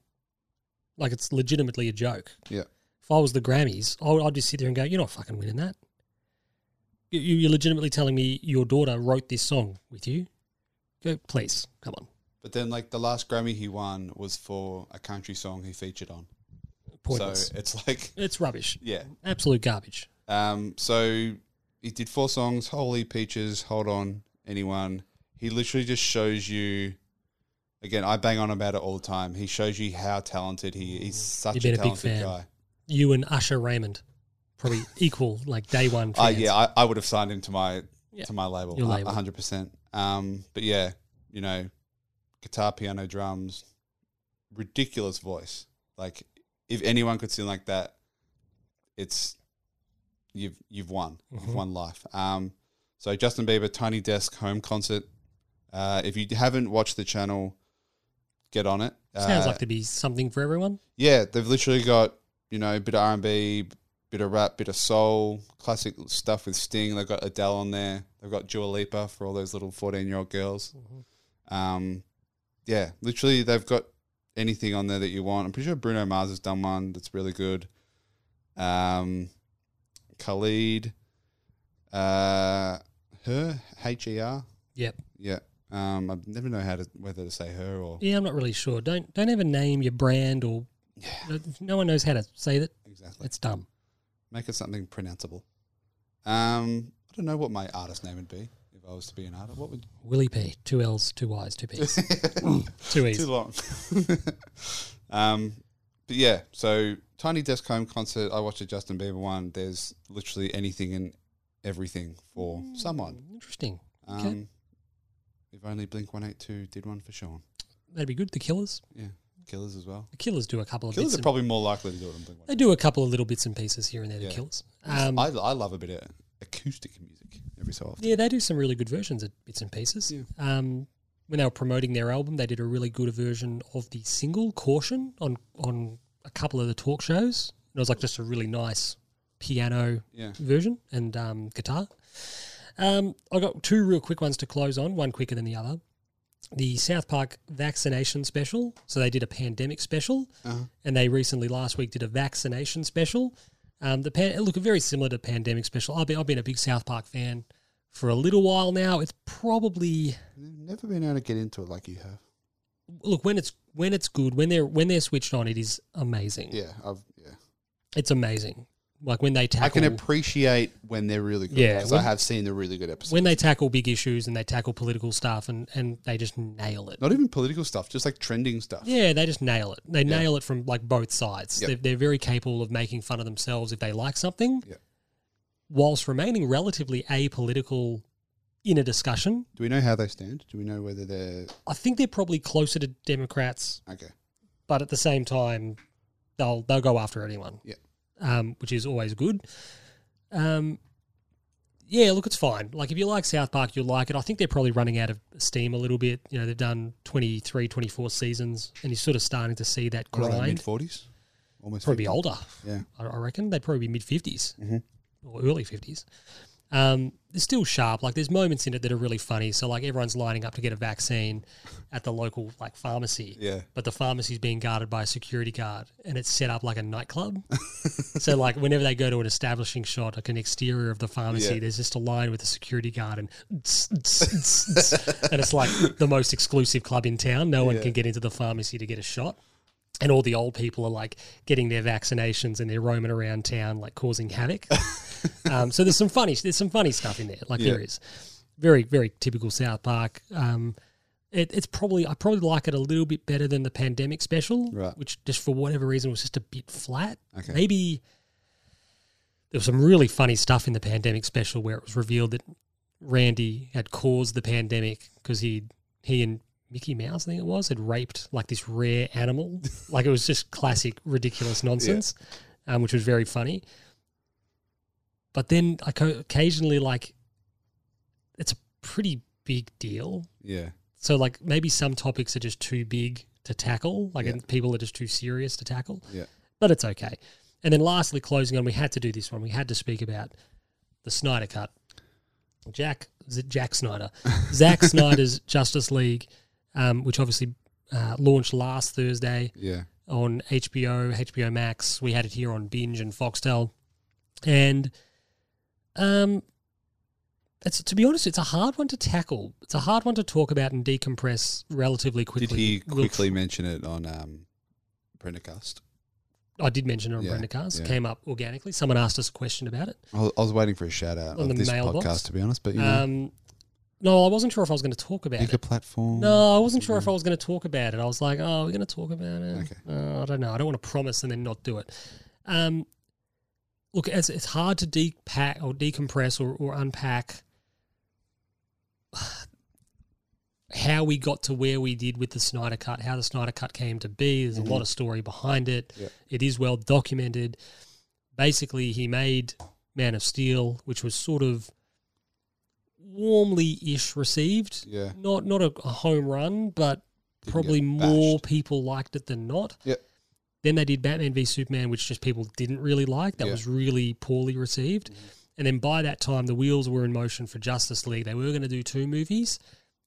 S2: Like it's legitimately a joke.
S1: yeah,
S2: if I was the Grammys, I would, I'd just sit there and go, "You're not fucking winning that." You, you- you're legitimately telling me your daughter wrote this song with you. Go, please, come on.
S1: but then like the last Grammy he won was for a country song he featured on,
S2: Pointless.
S1: so it's like
S2: it's rubbish.
S1: yeah,
S2: Absolute garbage.
S1: Um, so he did four songs: "Holy Peaches," "Hold On," "Anyone." He literally just shows you. Again, I bang on about it all the time. He shows you how talented he is. He's such
S2: been
S1: a
S2: a big
S1: talented
S2: fan.
S1: guy.
S2: You and Usher Raymond, probably equal like day one.
S1: Uh,
S2: Fans.
S1: yeah, I, I would have signed him to my
S2: Yeah.
S1: to my label,
S2: Your
S1: a-
S2: label.
S1: a hundred percent. Um, but yeah, you know, guitar, piano, drums, ridiculous voice. Like if anyone could sing like that, it's you've you've won,
S2: Mhm.
S1: you've won life. Um, so Justin Bieber, Tiny Desk Home Concert. Uh, if you haven't watched the channel, get on it.
S2: Sounds
S1: Uh,
S2: like there'd be something for everyone.
S1: yeah, they've literally got you know a bit of R and B, bit of rap, bit of soul, classic stuff with Sting. They've got Adele on there. They've got Dua Lipa for all those little fourteen-year-old girls. Um, yeah, literally they've got anything on there that you want. I'm pretty sure Bruno Mars has done one that's really good. Um, Khalid, uh, her H E R,
S2: Yep.
S1: yeah. Um, I never know how to whether to say her or
S2: Yeah, I'm not really sure. Don't don't ever name your brand or. No, no one knows how to say that.
S1: exactly.
S2: It's dumb.
S1: Make it something pronounceable. Um, I don't know what my artist name would be if I was to be an artist. What would
S2: Willie P. Two L's, two Y's, two P's, two E's.
S1: too long? um, but yeah, so Tiny Desk Home concert. I watched a Justin Bieber one. There's literally anything and everything for someone.
S2: Interesting.
S1: Um,
S2: Okay.
S1: If only Blink One Eight Two did one for Sean.
S2: That'd be good. The Killers.
S1: Yeah, Killers as well.
S2: The Killers do a couple of
S1: Killers
S2: bits.
S1: are probably more likely to do it than Blink One.
S2: and, they do a couple of little bits and pieces here and there. The
S1: Yeah.
S2: Killers.
S1: Um,
S2: Um,
S1: I I love a bit of acoustic music every so often.
S2: yeah, they do some really good versions of bits and pieces.
S1: Yeah.
S2: Um, when they were promoting their album, they did a really good version of the single "Caution" on on a couple of the talk shows. And it was like just a really nice piano
S1: Yeah.
S2: version and um, guitar. Um, I got two real quick ones to close on, one quicker than the other. The South Park vaccination special. So they did a pandemic special,
S1: Uh-huh.
S2: and they recently last week did a vaccination special. Um, the pan- look very similar to pandemic special. I've been I've been a big South Park fan for a little while now. It's probably
S1: Never been able to get into it like you have.
S2: look when it's when it's good when they're when they're switched on, it is amazing.
S1: Yeah, I've yeah.
S2: It's amazing. Like when they tackle
S1: I can appreciate when they're really good.
S2: Yeah,
S1: because
S2: when-
S1: I have seen the really good episodes.
S2: when they tackle big issues and they tackle political stuff and, and they just nail it.
S1: Not even political stuff, just like trending stuff.
S2: Yeah, they just nail it. They nail it from like both sides.
S1: Yep.
S2: They're, they're very capable of making fun of themselves if they like something,
S1: Yep.
S2: whilst remaining relatively apolitical in a discussion.
S1: Do we know how they stand? Do we know whether they're
S2: I think they're probably closer to Democrats,
S1: okay?
S2: but at the same time, they'll they'll go after anyone.
S1: Yep.
S2: um, which is always good. Um, yeah, look, it's fine. Like, if you like South Park, you'll like it. I think they're probably running out of steam a little bit. You know, they've done 23, 24 seasons, and you're sort of starting to see that
S1: What are they mid
S2: grind.
S1: forties? Almost
S2: Probably
S1: 50?
S2: older,
S1: Yeah,
S2: I, I reckon. They'd probably be mid 50s.
S1: Mm-hmm.
S2: or early 50s, um, it's still sharp. Like there's moments in it that are really funny. So like everyone's lining up to get a vaccine at the local like pharmacy.
S1: Yeah.
S2: But the pharmacy's being guarded by a security guard and it's set up like a nightclub. so like whenever they go to an establishing shot, like an exterior of the pharmacy,
S1: Yeah.
S2: there's just a line with a security guard and and it's like the most exclusive club in town. No one
S1: Yeah.
S2: can get into the pharmacy to get a shot. And all the old people are like getting their vaccinations and they're roaming around town like causing havoc. Um, so there's some funny, there's some funny stuff in there. Like
S1: Yeah.
S2: there is, very, very typical South Park. Um, it, it's probably I probably like it a little bit better than the pandemic special,
S1: Right.
S2: which just for whatever reason was just a bit flat.
S1: Okay.
S2: Maybe there was some really funny stuff in the pandemic special where it was revealed that Randy had caused the pandemic because he he and Mickey Mouse, I think it was, had raped like this rare animal. like it was just classic ridiculous nonsense, um, which was very funny. But then I co- occasionally like it's a pretty big deal.
S1: Yeah.
S2: So like maybe some topics are just too big to tackle, like
S1: Yeah.
S2: and people are just too serious to tackle.
S1: Yeah.
S2: But it's okay. And then lastly, closing on, we had to do this one. We had to speak about the Snyder Cut. Jack, is it Jack Snyder? Zack Snyder's Justice League, um, which obviously uh, launched last Thursday
S1: Yeah.
S2: on HBO, HBO Max. We had it here on Binge and Foxtel, and um, it's to be honest, it's a hard one to tackle. It's a hard one to talk about and decompress relatively quickly.
S1: Did he
S2: We'll-
S1: quickly mention it on um, Prendergast?
S2: I did mention it on
S1: Yeah,
S2: Brenda Cars.
S1: yeah.
S2: Came up organically. Someone asked us a question about it.
S1: I was- I was waiting for a shout out
S2: On
S1: on
S2: the
S1: this
S2: mailbox?
S1: podcast, to be honest, but you know,
S2: Um, no, I wasn't sure if I was going to talk about
S1: bigger
S2: it.
S1: platform.
S2: No, I wasn't sure if I was going to talk about it. I was like, oh, we're going to talk about it.
S1: Okay.
S2: Uh, I don't know. I don't want to promise and then not do it. Um, look, it's, it's hard to depack or decompress or, or unpack how we got to where we did with the Snyder Cut, how the Snyder Cut came to be. There's a lot of story behind it.
S1: Mm-hmm. Yep.
S2: It is well documented. Basically, he made Man of Steel, which was sort of warmly ish received
S1: Yeah.
S2: not not a, a home run, but
S1: Didn't
S2: probably
S1: get
S2: more
S1: bashed.
S2: people liked it than not.
S1: Yep.
S2: Then they did Batman v Superman, which just people didn't really like. That
S1: Yeah.
S2: was really poorly received. And then by that time, the wheels were in motion for Justice League. They were going to do two movies,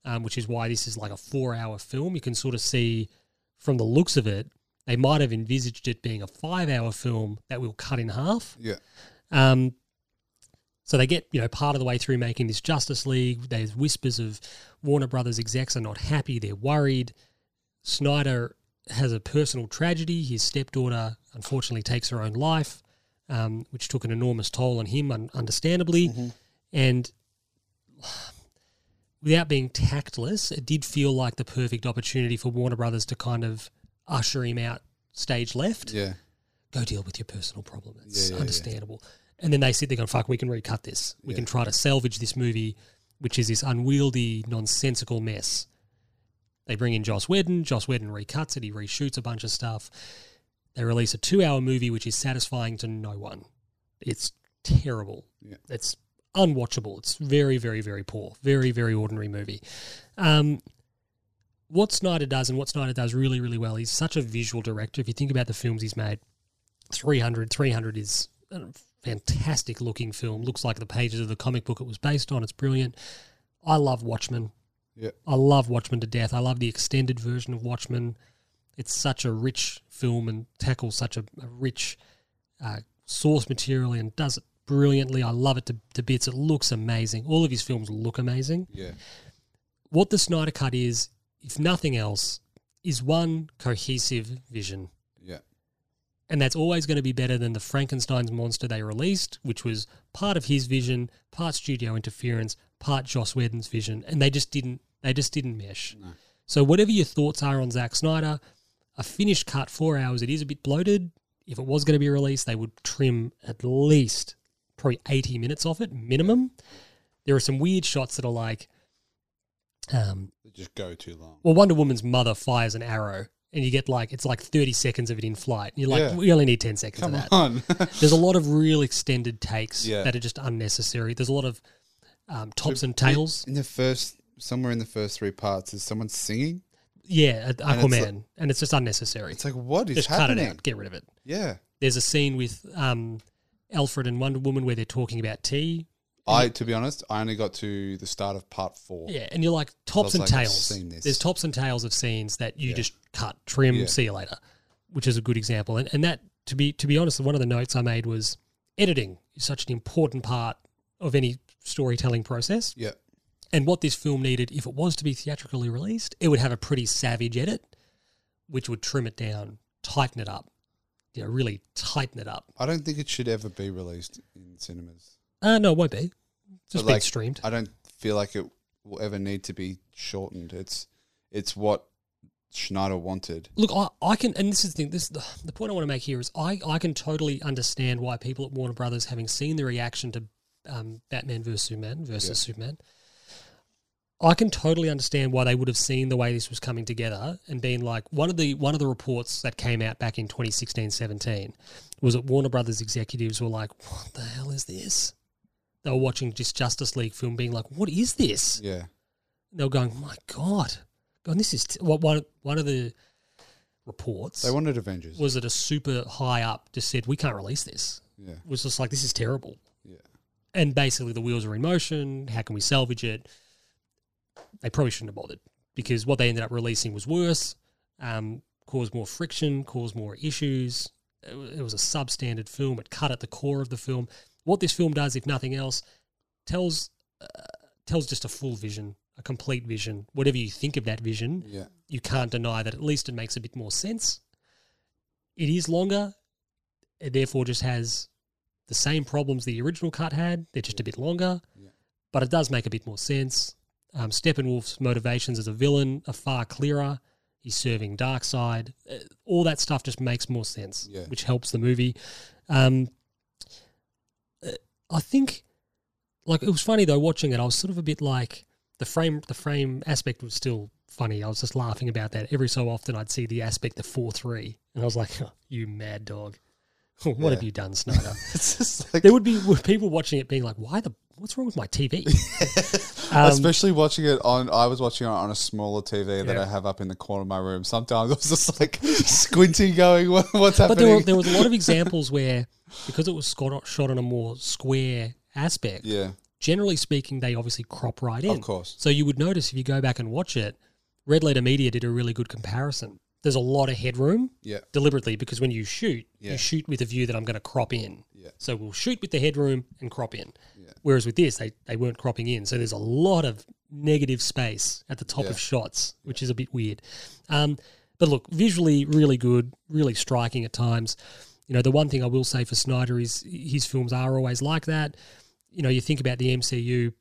S2: um, which is why this is like a four-hour film. You can sort of see from the looks of it, they might have envisaged it being a five-hour film that will cut in half.
S1: Yeah.
S2: Um, so they get you know part of the way through making this Justice League. There's whispers of Warner Brothers execs are not happy. They're worried. Snyder has a personal tragedy. His stepdaughter unfortunately takes her own life, um, which took an enormous toll on him, un- understandably. And without being tactless, it did feel like the perfect opportunity for Warner Brothers to kind of usher him out stage left
S1: Yeah.
S2: go deal with your personal problem. It's
S1: Yeah, yeah, yeah.
S2: understandable. And then they sit there going, fuck, we can recut this. We
S1: Yeah.
S2: can try to salvage this movie, which is this unwieldy, nonsensical mess. They bring in Joss Whedon. Joss Whedon recuts it. He reshoots a bunch of stuff. They release a two hour movie, which is satisfying to no one. It's terrible.
S1: Yeah.
S2: It's unwatchable. It's very, very, very poor. Very, very ordinary movie. Um, what Snyder does and what Snyder does really, really well, he's such a visual director. If you think about the films he's made, 300, 300 is a fantastic looking film. Looks like the pages of the comic book it was based on. It's brilliant. I love Watchmen.
S1: Yeah.
S2: I love Watchmen to death. I love the extended version of Watchmen. It's such a rich film and tackles such a, a rich uh, source material and does it brilliantly. I love it to, to bits. It looks amazing. All of his films look amazing
S1: Yeah.
S2: what the Snyder Cut is, if nothing else, is one cohesive vision.
S1: Yeah.
S2: And that's always going to be better than the Frankenstein's monster they released, which was part of his vision, part studio interference, part Joss Whedon's vision, and they just didn't they just didn't mesh. So whatever your thoughts are on Zack Snyder, a finished cut four hours, it is a bit bloated. If it was going to be released, they would trim at least probably eighty minutes off it, minimum. There are some weird shots that are like um,
S1: They just go too long.
S2: well, Wonder Woman's mother fires an arrow, and you get like it's like thirty seconds of it in flight. And you're like,
S1: Yeah.
S2: we only need ten seconds
S1: Come
S2: of that.
S1: on.
S2: There's a lot of real extended takes
S1: Yeah.
S2: that are just unnecessary. There's a lot of um, tops and tails.
S1: in the first, somewhere in the first three parts, is someone singing?
S2: Yeah, at
S1: it's
S2: Aquaman, and it's just unnecessary.
S1: It's like, what is
S2: just cut
S1: happening?
S2: it out, get rid of it.
S1: Yeah.
S2: There's a scene with um, Alfred and Wonder Woman where they're talking about tea.
S1: I, to be honest, I only got to the start of part four.
S2: Yeah, and you're like
S1: was
S2: tops and
S1: like, I've
S2: tails.
S1: seen this.
S2: There's tops and tails of scenes that you
S1: Yeah.
S2: just cut, trim,
S1: Yeah.
S2: see you later, which is a good example. And and that to be to be honest, one of the notes I made was editing is such an important part of any storytelling process.
S1: Yeah.
S2: And what this film needed, if it was to be theatrically released, it would have a pretty savage edit, which would trim it down, tighten it up, you know, really tighten it up.
S1: I don't think it should ever be released in cinemas.
S2: Uh, no, it won't be. Just
S1: But,
S2: being
S1: like,
S2: streamed.
S1: I don't feel like it will ever need to be shortened. It's it's what Schneider wanted.
S2: Look, I, I can, and this is the thing. This the, the point I want to make here is I, I can totally understand why people at Warner Brothers, having seen the reaction to um, Batman versus Superman versus
S1: Yeah.
S2: Superman, I can totally understand why they would have seen the way this was coming together and been like one of the one of the reports that came out back in 2016-17 was that Warner Brothers executives were like, "What the hell is this?" They were watching just Justice League film, being like, "What is this?"
S1: Yeah.
S2: they were going, "My God, God, this is t-. what one one of the reports
S1: They wanted Avengers.
S2: was that a super high up just said we can't release this.
S1: yeah.
S2: It was just like this is terrible,
S1: Yeah.
S2: and basically the wheels are in motion. How can we salvage it? They probably shouldn't have bothered because what they ended up releasing was worse, um, caused more friction, caused more issues. It wa- it was a substandard film. It cut at the core of the film. What this film does, if nothing else, tells uh, tells just a full vision, a complete vision. Whatever you think of that vision,
S1: Yeah.
S2: you can't deny that at least it makes a bit more sense. It is longer. It therefore just has the same problems the original cut had. They're just a bit longer,
S1: Yeah.
S2: but it does make a bit more sense. Um, Steppenwolf's motivations as a villain are far clearer. He's serving Darkseid. Uh, All that stuff just makes more sense,
S1: Yeah.
S2: which helps the movie. Um, uh, I think, like, it was funny though watching it. I was sort of a bit like, the frame the frame aspect was still funny. I was just laughing about that. Every so often I'd see the aspect the four three and I was like, "Huh, you mad dog. what have
S1: Yeah.
S2: you done, Snyder?
S1: It's just like
S2: there would be people watching it being like, Why the what's wrong with my TV? um,
S1: Especially watching it on, I was watching it on a smaller TV that
S2: Yeah.
S1: I have up in the corner of my room. Sometimes I was just like squinting, going, "What- "What's happening?"
S2: but there were there was a lot of examples where because it was scot- shot on a more square aspect,
S1: yeah,
S2: generally speaking, they obviously crop right in.
S1: of course.
S2: So you would notice if you go back and watch it, Red Letter Media did a really good comparison. There's a lot of headroom
S1: Yeah,
S2: deliberately because when you shoot,
S1: Yeah.
S2: you shoot with a view that I'm going to crop in.
S1: Yeah.
S2: So we'll shoot with the headroom and crop in.
S1: Yeah.
S2: Whereas with this, they, they weren't cropping in. So there's a lot of negative space at the top
S1: Yeah.
S2: of shots, which is a bit weird. Um, but look, visually really good, really striking at times. You know, the one thing I will say for Snyder is his films are always like that. You know, you think about the MCU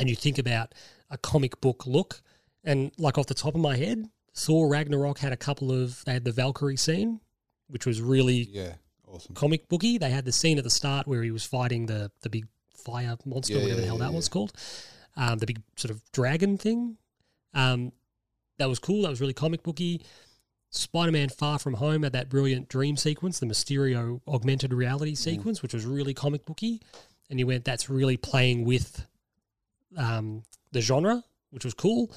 S2: and you think about a comic book look, and like off the top of my head, Thor Ragnarok had a couple of they had the Valkyrie scene, which was really
S1: yeah, awesome.
S2: comic booky. They had the scene at the start where he was fighting the the big fire monster,
S1: Yeah,
S2: whatever
S1: yeah,
S2: the hell
S1: yeah,
S2: that
S1: yeah.
S2: was called, um, the big sort of dragon thing. Um, that was cool. That was really comic booky. Spider-Man: Far From Home had that brilliant dream sequence, the Mysterio augmented
S1: Mm.
S2: reality sequence, which was really comic booky. And you went, that's really playing with um, the genre, which was cool.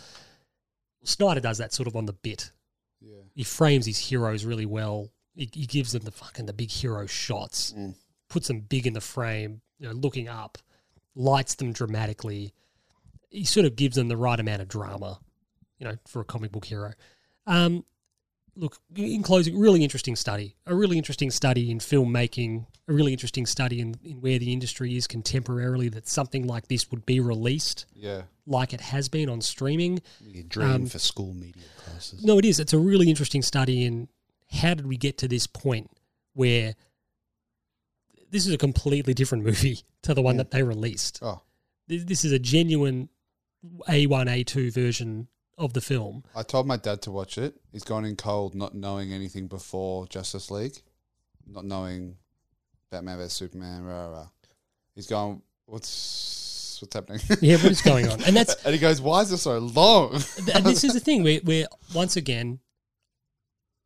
S2: Snyder does that sort of on the bit
S1: Yeah,
S2: he frames his heroes really well. He, he gives them the fucking the big hero shots,
S1: Mm.
S2: puts them big in the frame, you know, looking up, lights them dramatically. He sort of gives them the right amount of drama, you know, for a comic book hero. Um, look, in closing, really interesting study. A really interesting study in filmmaking. A really interesting study in, in where the industry is contemporarily. That something like this would be released,
S1: yeah.
S2: like it has been on streaming.
S4: Your dream
S2: Um,
S4: for school media classes.
S2: No, it is. It's a really interesting study in how did we get to this point where this is a completely different movie to the one that they released.
S1: Oh,
S2: Th- This is a genuine A1, A2 version of the film.
S1: I told my dad to watch it. He's gone in cold, not knowing anything before Justice League, not knowing Batman vs Superman. Rah, rah, rah. He's going, "What's what's happening?"
S2: Yeah, what is going on? And that's
S1: and he goes, "Why is it so long?"
S2: and this is the thing where, where once again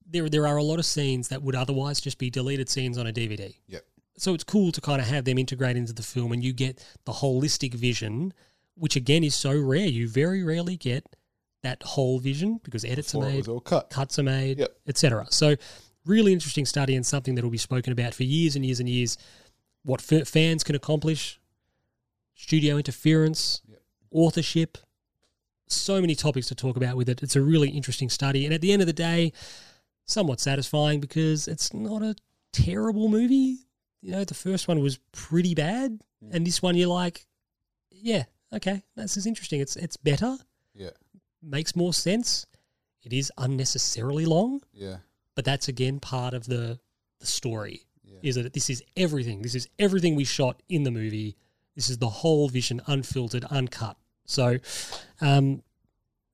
S2: there there are a lot of scenes that would otherwise just be deleted scenes on a DVD.
S1: Yep.
S2: So it's cool to kind of have them integrate into the film and you get the holistic vision, which again is so rare. You very rarely get that whole vision because edits
S1: Before
S2: are
S1: it
S2: made,
S1: was all cut.
S2: cuts are made,
S1: Yep.
S2: etc. So really interesting study and something that will be spoken about for years and years and years. what f- fans can accomplish, studio interference, authorship. So many topics to talk about with it. It's a really interesting study, and at the end of the day, somewhat satisfying because it's not a terrible movie. You know, the first one was pretty bad,
S1: Mm.
S2: and this one you're like, yeah, okay, this is interesting. It's it's better,
S1: Yeah.
S2: makes more sense. It is unnecessarily long,
S1: Yeah.
S2: but that's again part of the the story.
S1: Yeah.
S2: Is that this is everything? This is everything we shot in the movie. This is the whole vision, unfiltered, uncut. So, um,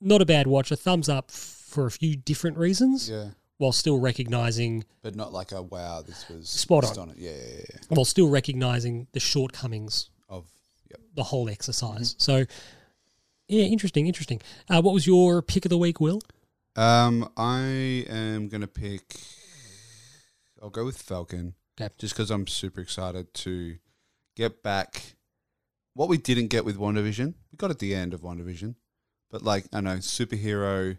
S2: not a bad watch. A thumbs up for a few different reasons,
S1: Yeah.
S2: while still recognizing
S1: But not like a wow, this was
S2: Spot
S1: just
S2: on.
S1: it. Yeah, yeah, yeah, yeah.
S2: while still recognizing the shortcomings
S1: Of yep.
S2: the whole exercise.
S1: Mm-hmm.
S2: So, yeah, interesting, interesting. Uh, what was your pick of the week, Will?
S1: Um, I am gonna pick. I'll go with Falcon.
S2: Okay.
S1: Just because I'm super excited to get back what we didn't get with WandaVision. We got at the end of WandaVision, but like I know superhero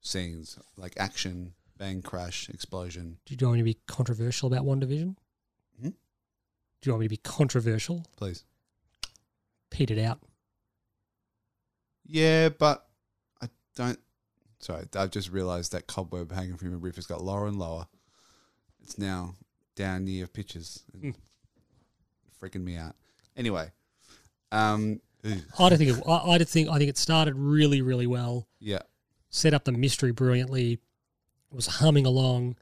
S1: scenes, like action, bang, crash, explosion.
S2: Do you want me to be controversial about One Division?
S1: Hmm?
S2: Do you want me to be controversial?
S1: Please.
S2: Pete it out.
S1: Yeah, but I don't. Sorry, I've just realised that cobweb hanging from your roof has got lower and lower. It's now down near pitches and freaking me out. Anyway, um, ugh,
S2: I don't think it, I, I don't think I think it started really, really well.
S1: yeah,
S2: Set up the mystery brilliantly. Was humming along,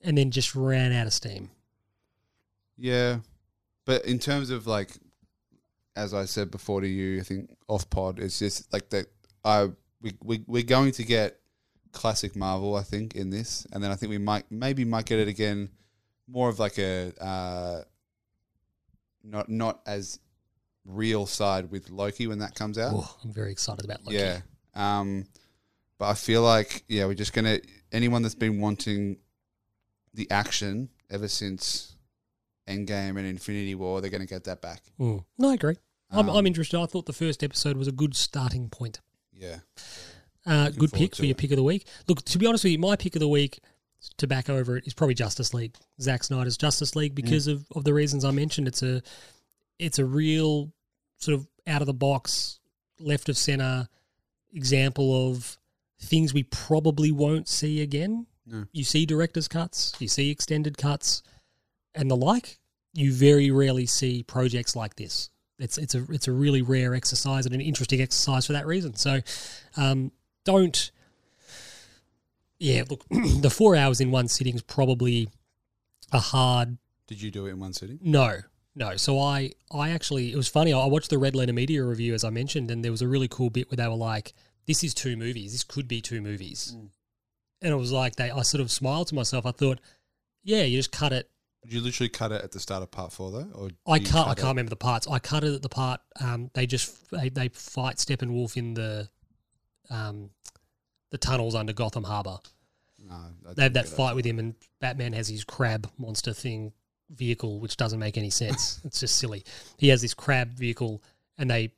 S2: and then just ran out of steam.
S1: yeah. But in terms of like, as I said before to you, I think off pod it's just like that. I we we we're going to get classic Marvel, I think, in this, and then I think we might maybe might get it again, more of like a uh, not not as real side with Loki when that comes out.
S2: Oh, I'm very excited about Loki.
S1: Yeah, um, but I feel like yeah, we're just gonna anyone that's been wanting the action ever since Endgame and Infinity War, they're gonna get that back.
S2: Mm. No, I agree. I'm,
S1: Um,
S2: I'm interested. I thought the first episode was a good starting point.
S1: Yeah,
S2: Uh, good
S1: forward
S2: pick for
S1: to
S2: your
S1: it.
S2: pick of the week. Look, to be honest with you, my pick of the week to back over it is probably Justice League. Zack Snyder's Justice League
S1: Mm.
S2: because of, of the reasons I mentioned. It's a it's a real sort of out of the box, left of center example of things we probably won't see again.
S1: No.
S2: You see director's cuts, you see extended cuts, and the like. You very rarely see projects like this. It's it's a it's a really rare exercise and an interesting exercise for that reason. So, um, don't. Yeah, look, the four hours in one sitting is probably a hard
S1: did you do it in one sitting?
S2: no, no. So I, I actually, it was funny. I watched the Red Letter Media review as I mentioned, and there was a really cool bit where they were like, "This is two movies. This could be two movies,"
S1: Mm.
S2: and it was like they. I sort of smiled to myself. I thought, "Yeah, you just cut it."
S1: Did you literally cut it at the start of part four though, or
S2: I
S1: you
S2: can't. I
S1: cut
S2: can't remember the parts. I cut it at the part. Um, they just they, they fight Steppenwolf in the, um, the tunnels under Gotham Harbor.
S1: it? No, I
S2: they have
S1: didn't
S2: that
S1: get it.
S2: fight with him, and Batman has his crab monster thing vehicle, which doesn't make any sense. it's just silly. He has this crab vehicle, and they,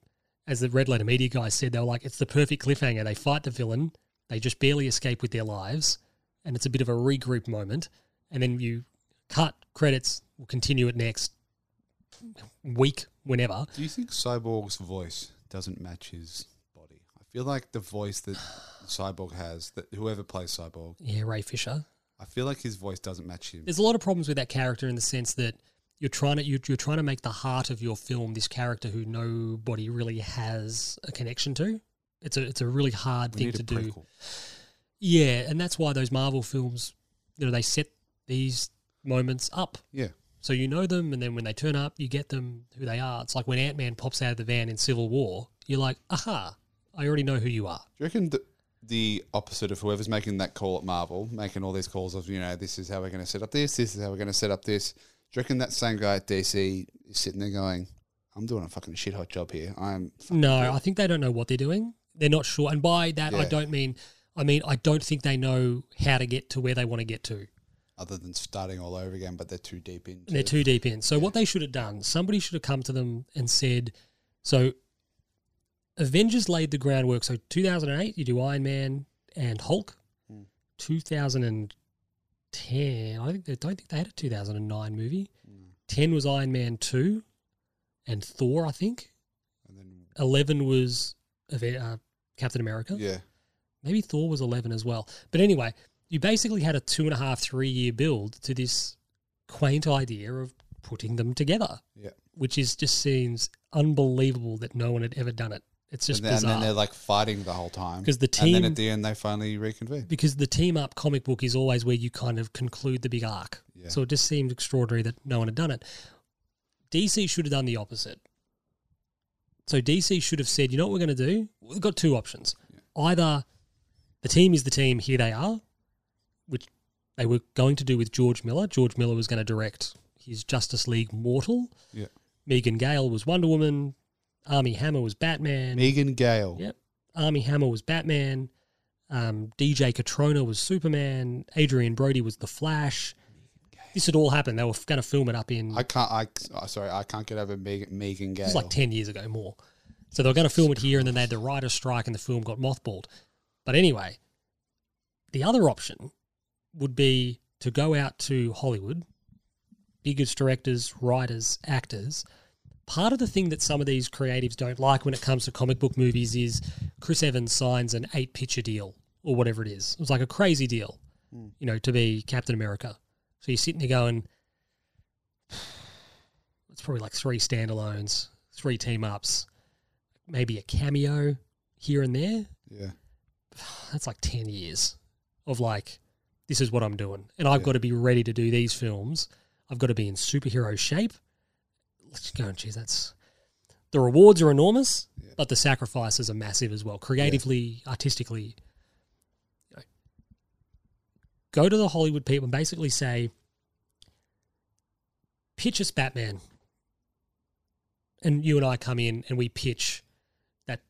S2: as the red letter media guys said, they were like, it's the perfect cliffhanger. They fight the villain, they just barely escape with their lives, and it's a bit of a regroup moment. And then you cut credits, we'll continue it next week, whenever.
S1: Do you think Cyborg's voice doesn't match his body? I feel like the voice that Cyborg has, that whoever plays Cyborg,
S2: Yeah, Ray Fisher.
S1: I feel like his voice doesn't match him.
S2: there's a lot of problems with that character in the sense that you're trying to you're, you're trying to make the heart of your film this character who nobody really has a connection to. It's a it's a really hard
S1: We
S2: thing
S1: need
S2: to
S1: a
S2: do.
S1: prequel.
S2: Yeah, and that's why those Marvel films, you know, they set these moments up
S1: Yeah,
S2: so you know them, and then when they turn up, you get them who they are. It's like when Ant Man pops out of the van in Civil War, you're like, aha, I already know who you are.
S1: Do you reckon the, the opposite of whoever's making that call at Marvel, making all these calls of, you know, this is how we're going to set up this, this is how we're going to set up this? Do you reckon that same guy at DC is sitting there going, I'm doing a fucking shit hot job here. I'm.
S2: No, I think they don't know what they're doing. They're not sure. And by that, I
S1: Yeah.
S2: don't mean, I mean, I don't think they know how to get to where they want to get to.
S1: Other than starting all over again, but they're too deep in.
S2: And they're too deep in. So, what they should have done, somebody should have come to them and said, so Avengers laid the groundwork. So, 2008, you do Iron Man and Hulk. 2010, I think they, don't think they had a 2009 movie. 10 was Iron Man 2 and Thor, I think.
S1: And then
S2: 11 was Ave- uh, Captain America.
S1: yeah,
S2: Maybe Thor was 11 as well. But anyway, you basically had a two and a half, three year build to this quaint idea of putting them together,
S1: yeah.
S2: which is just seems unbelievable that no one had ever done it. It's just
S1: and, then, and then
S2: bizarre.
S1: they're like fighting the whole time
S2: 'Cause the
S1: And
S2: team-
S1: then at the end, they finally reconvene.
S2: because the team up comic book is always where you kind of conclude the big arc.
S1: Yeah.
S2: So it just seemed extraordinary that no one had done it. DC should have done the opposite. So DC should have said, you know what we're going to do? We've got two options. Either the team is the team, here they are, which they were going to do with George Miller. George Miller was going to direct his Justice League Mortal.
S1: Yeah.
S2: Megan Gale was Wonder Woman. Army Hammer was Batman.
S1: Megan Gale.
S2: Yep. Army Hammer was Batman. Um, DJ Catrona was Superman. Adrian Brody was The Flash. This had all happened. They were going to film it up in
S1: I can't. I oh, sorry. I can't get over Megan, Megan Gale.
S2: it was like 10 years ago more. So they were going to film it here and then they had the writer's strike and the film got mothballed. But anyway, the other option would be to go out to Hollywood, biggest directors, writers, actors. Part of the thing that some of these creatives don't like when it comes to comic book movies is Chris Evans signs an eight picture deal or whatever it is. It was like a crazy deal, you know, to be Captain America. So you're sitting there going, it's probably like three standalones, three team ups, maybe a cameo here and there.
S1: yeah.
S2: That's like 10 years of like, this is what I'm doing. And I've got to be ready to do these films. I've got to be in superhero shape. Let's go and geez, that's the rewards are enormous, but the sacrifices are massive as well, creatively, artistically. You know. Go to the Hollywood people and basically say, pitch us Batman. And you and I come in and we pitch that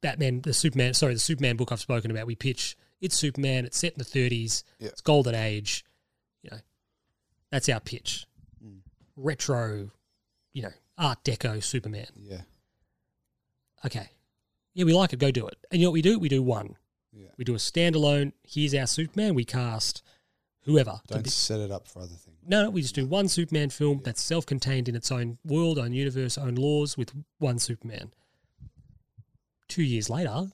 S2: Batman, the Superman, sorry, the Superman book I've spoken about. We pitch it's Superman, it's set in the 30s,
S1: Yeah.
S2: it's golden age. You know, that's our pitch. Retro, you know, Art Deco Superman.
S1: Yeah.
S2: Okay. Yeah, we like it. Go do it. And you know what we do? We do one.
S1: Yeah.
S2: We do a standalone. Here's our Superman. We cast whoever. to
S1: Don't
S2: be-
S1: set it up for other things.
S2: no, no, we just do one Superman film that's self contained in its own world, own universe, own laws with one Superman. Two years later,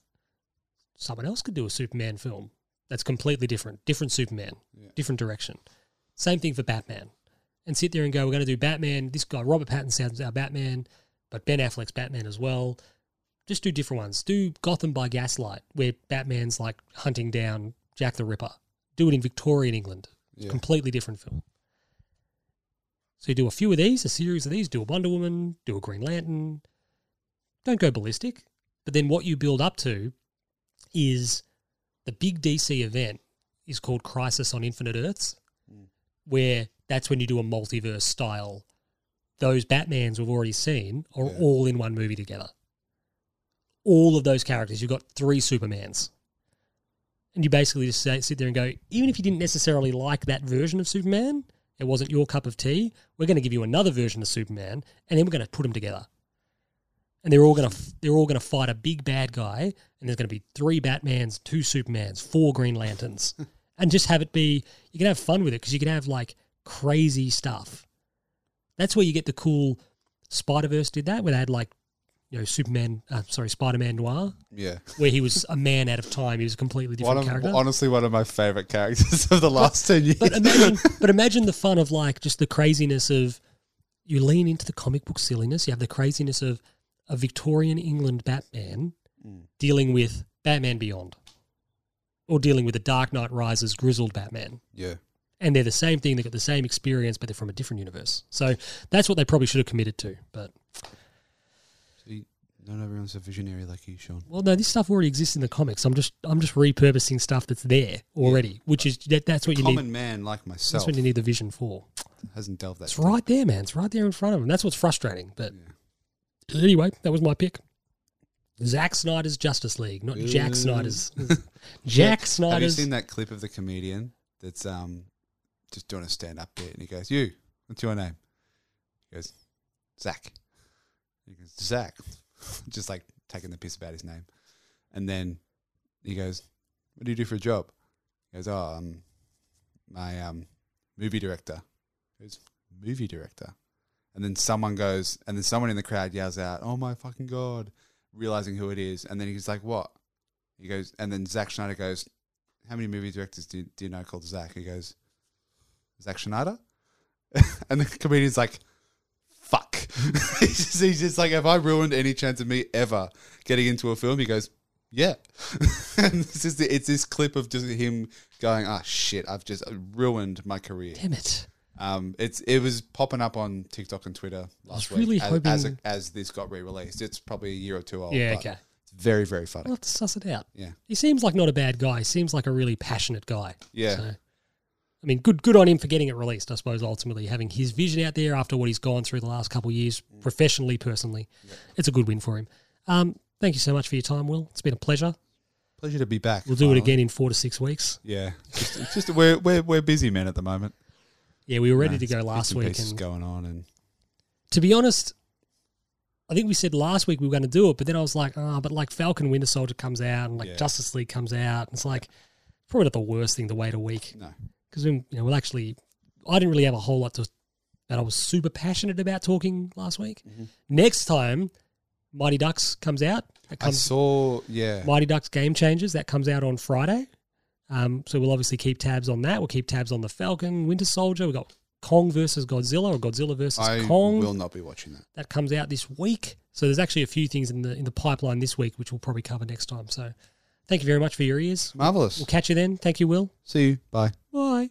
S2: someone else could do a Superman film that's completely different, different Superman, different direction. Same thing for Batman. And sit there and go, we're going to do Batman. This guy, Robert Pattinson's our Batman, but Ben Affleck's Batman as well. Just do different ones. Do Gotham by Gaslight, where Batman's like hunting down Jack the Ripper. Do it in Victorian England. It's
S1: Yeah.
S2: a completely different film. So you do a few of these, a series of these, do a Wonder Woman, do a Green Lantern. Don't go ballistic. But then what you build up to is the big DC event is called Crisis on Infinite Earths, where that's when you do a multiverse style. Those Batmans we've already seen are
S1: Yeah.
S2: all in one movie together. All of those characters. You've got three Supermans. And you basically just say, sit there and go, even if you didn't necessarily like that version of Superman, it wasn't your cup of tea, we're going to give you another version of Superman, and then we're going to put them together. And they're all going to they're all going to fight a big bad guy, and there's going to be three Batmans, two Supermans, four Green Lanterns, and just have it be you can have fun with it because you can have like crazy stuff. That's where you get the cool Spider Verse did that where they had like you know Superman, uh, sorry Spider Man Noir,
S1: Yeah.
S2: where he was a man out of time. He was a completely
S1: One
S2: different
S1: of,
S2: character.
S1: honestly, one of my favorite characters of the last ten years.
S2: but um, imagine, but imagine the fun of like just the craziness of you lean into the comic book silliness. You have the craziness of a Victorian England Batman dealing with Batman Beyond, or dealing with the Dark Knight Rises grizzled Batman,
S1: yeah.
S2: and they're the same thing. They've got the same experience, but they're from a different universe. So that's what they probably should have committed to. But
S1: See, not everyone's a visionary like you, Sean.
S2: well, no, this stuff already exists in the comics. I'm just I'm just repurposing stuff that's there already, which is that, that's what you
S1: Common
S2: need.
S1: man like
S2: That's
S1: myself
S2: what you need the vision for.
S1: hasn't delved that.
S2: It's
S1: deep.
S2: right there, man. It's right there in front of him. That's what's frustrating. But anyway, that was my pick. Zack Snyder's Justice League, not Jack
S1: Ooh.
S2: Snyder's.
S1: Have
S2: Jack
S1: you
S2: Snyder's.
S1: seen that clip of the comedian that's um just doing a stand up bit and he goes, You, what's your name? He goes, Zach. He goes, Zach. just like taking the piss about his name. And then he goes, What do you do for a job? He goes, Oh, um my um movie director. He goes, Movie director. and then someone goes, and then someone in the crowd yells out, "Oh my fucking god!" Realizing who it is, and then he's like, "What?" He goes, and then Zack Schneider goes, "How many movie directors do, do you know called Zack?" He goes, "Zack Schneider," and the comedian's like. Fuck. he's, just, he's just like, have I ruined any chance of me ever getting into a film? He goes, yeah. and it's, just, it's this clip of just him going, ah, shit, I've just ruined my career.
S2: Damn it.
S1: Um, it's it was popping up on TikTok and Twitter last
S2: was really
S1: week as-
S2: hoping-
S1: as, as this got re-released. It's probably a year or two old.
S2: Yeah,
S1: Oh, but
S2: okay.
S1: It's very very funny.
S2: We'll have to suss it out.
S1: Yeah.
S2: He seems like not a bad guy. He seems like a really passionate guy.
S1: Yeah.
S2: So, I mean, good good on him for getting it released, I suppose, ultimately. Having his vision out there after what he's gone through the last couple of years,
S1: Mm.
S2: professionally, personally. It's a good win for him. Um, thank you so much for your time, Will. It's been a pleasure.
S1: Pleasure to be back.
S2: We'll do it
S1: finally.
S2: again in four to six weeks.
S1: Yeah, just, it's just we're, we're we're busy men at the moment.
S2: Yeah, we were ready to
S1: It's
S2: go
S1: bits
S2: last
S1: and
S2: week.
S1: pieces
S2: And
S1: going on, and
S2: to be honest, I think we said last week we were going to do it, but then I was like, ah, but like Falcon Winter Soldier comes out and like
S1: Yeah.
S2: Justice League comes out. And it's like, probably not the worst thing to wait a week.
S1: no,
S2: because we, you know, we'll actually, I didn't really have a whole lot to, that I was super passionate about talking last week.
S1: Mm-hmm.
S2: Next time, Mighty Ducks comes out. That
S1: I
S2: comes
S1: saw. Yeah,
S2: Mighty Ducks Game Changers. That comes out on Friday. Um, so we'll obviously keep tabs on that. We'll keep tabs on the Falcon, Winter Soldier. We got Kong versus Godzilla or Godzilla versus
S1: I
S2: Kong
S1: will not be watching that.
S2: that comes out this week. So there's actually a few things in the in the pipeline this week, which we'll probably cover next time. So thank you very much for your ears.
S1: Marvelous.
S2: We'll catch you then. Thank you, Will.
S1: See you. Bye.
S2: Bye.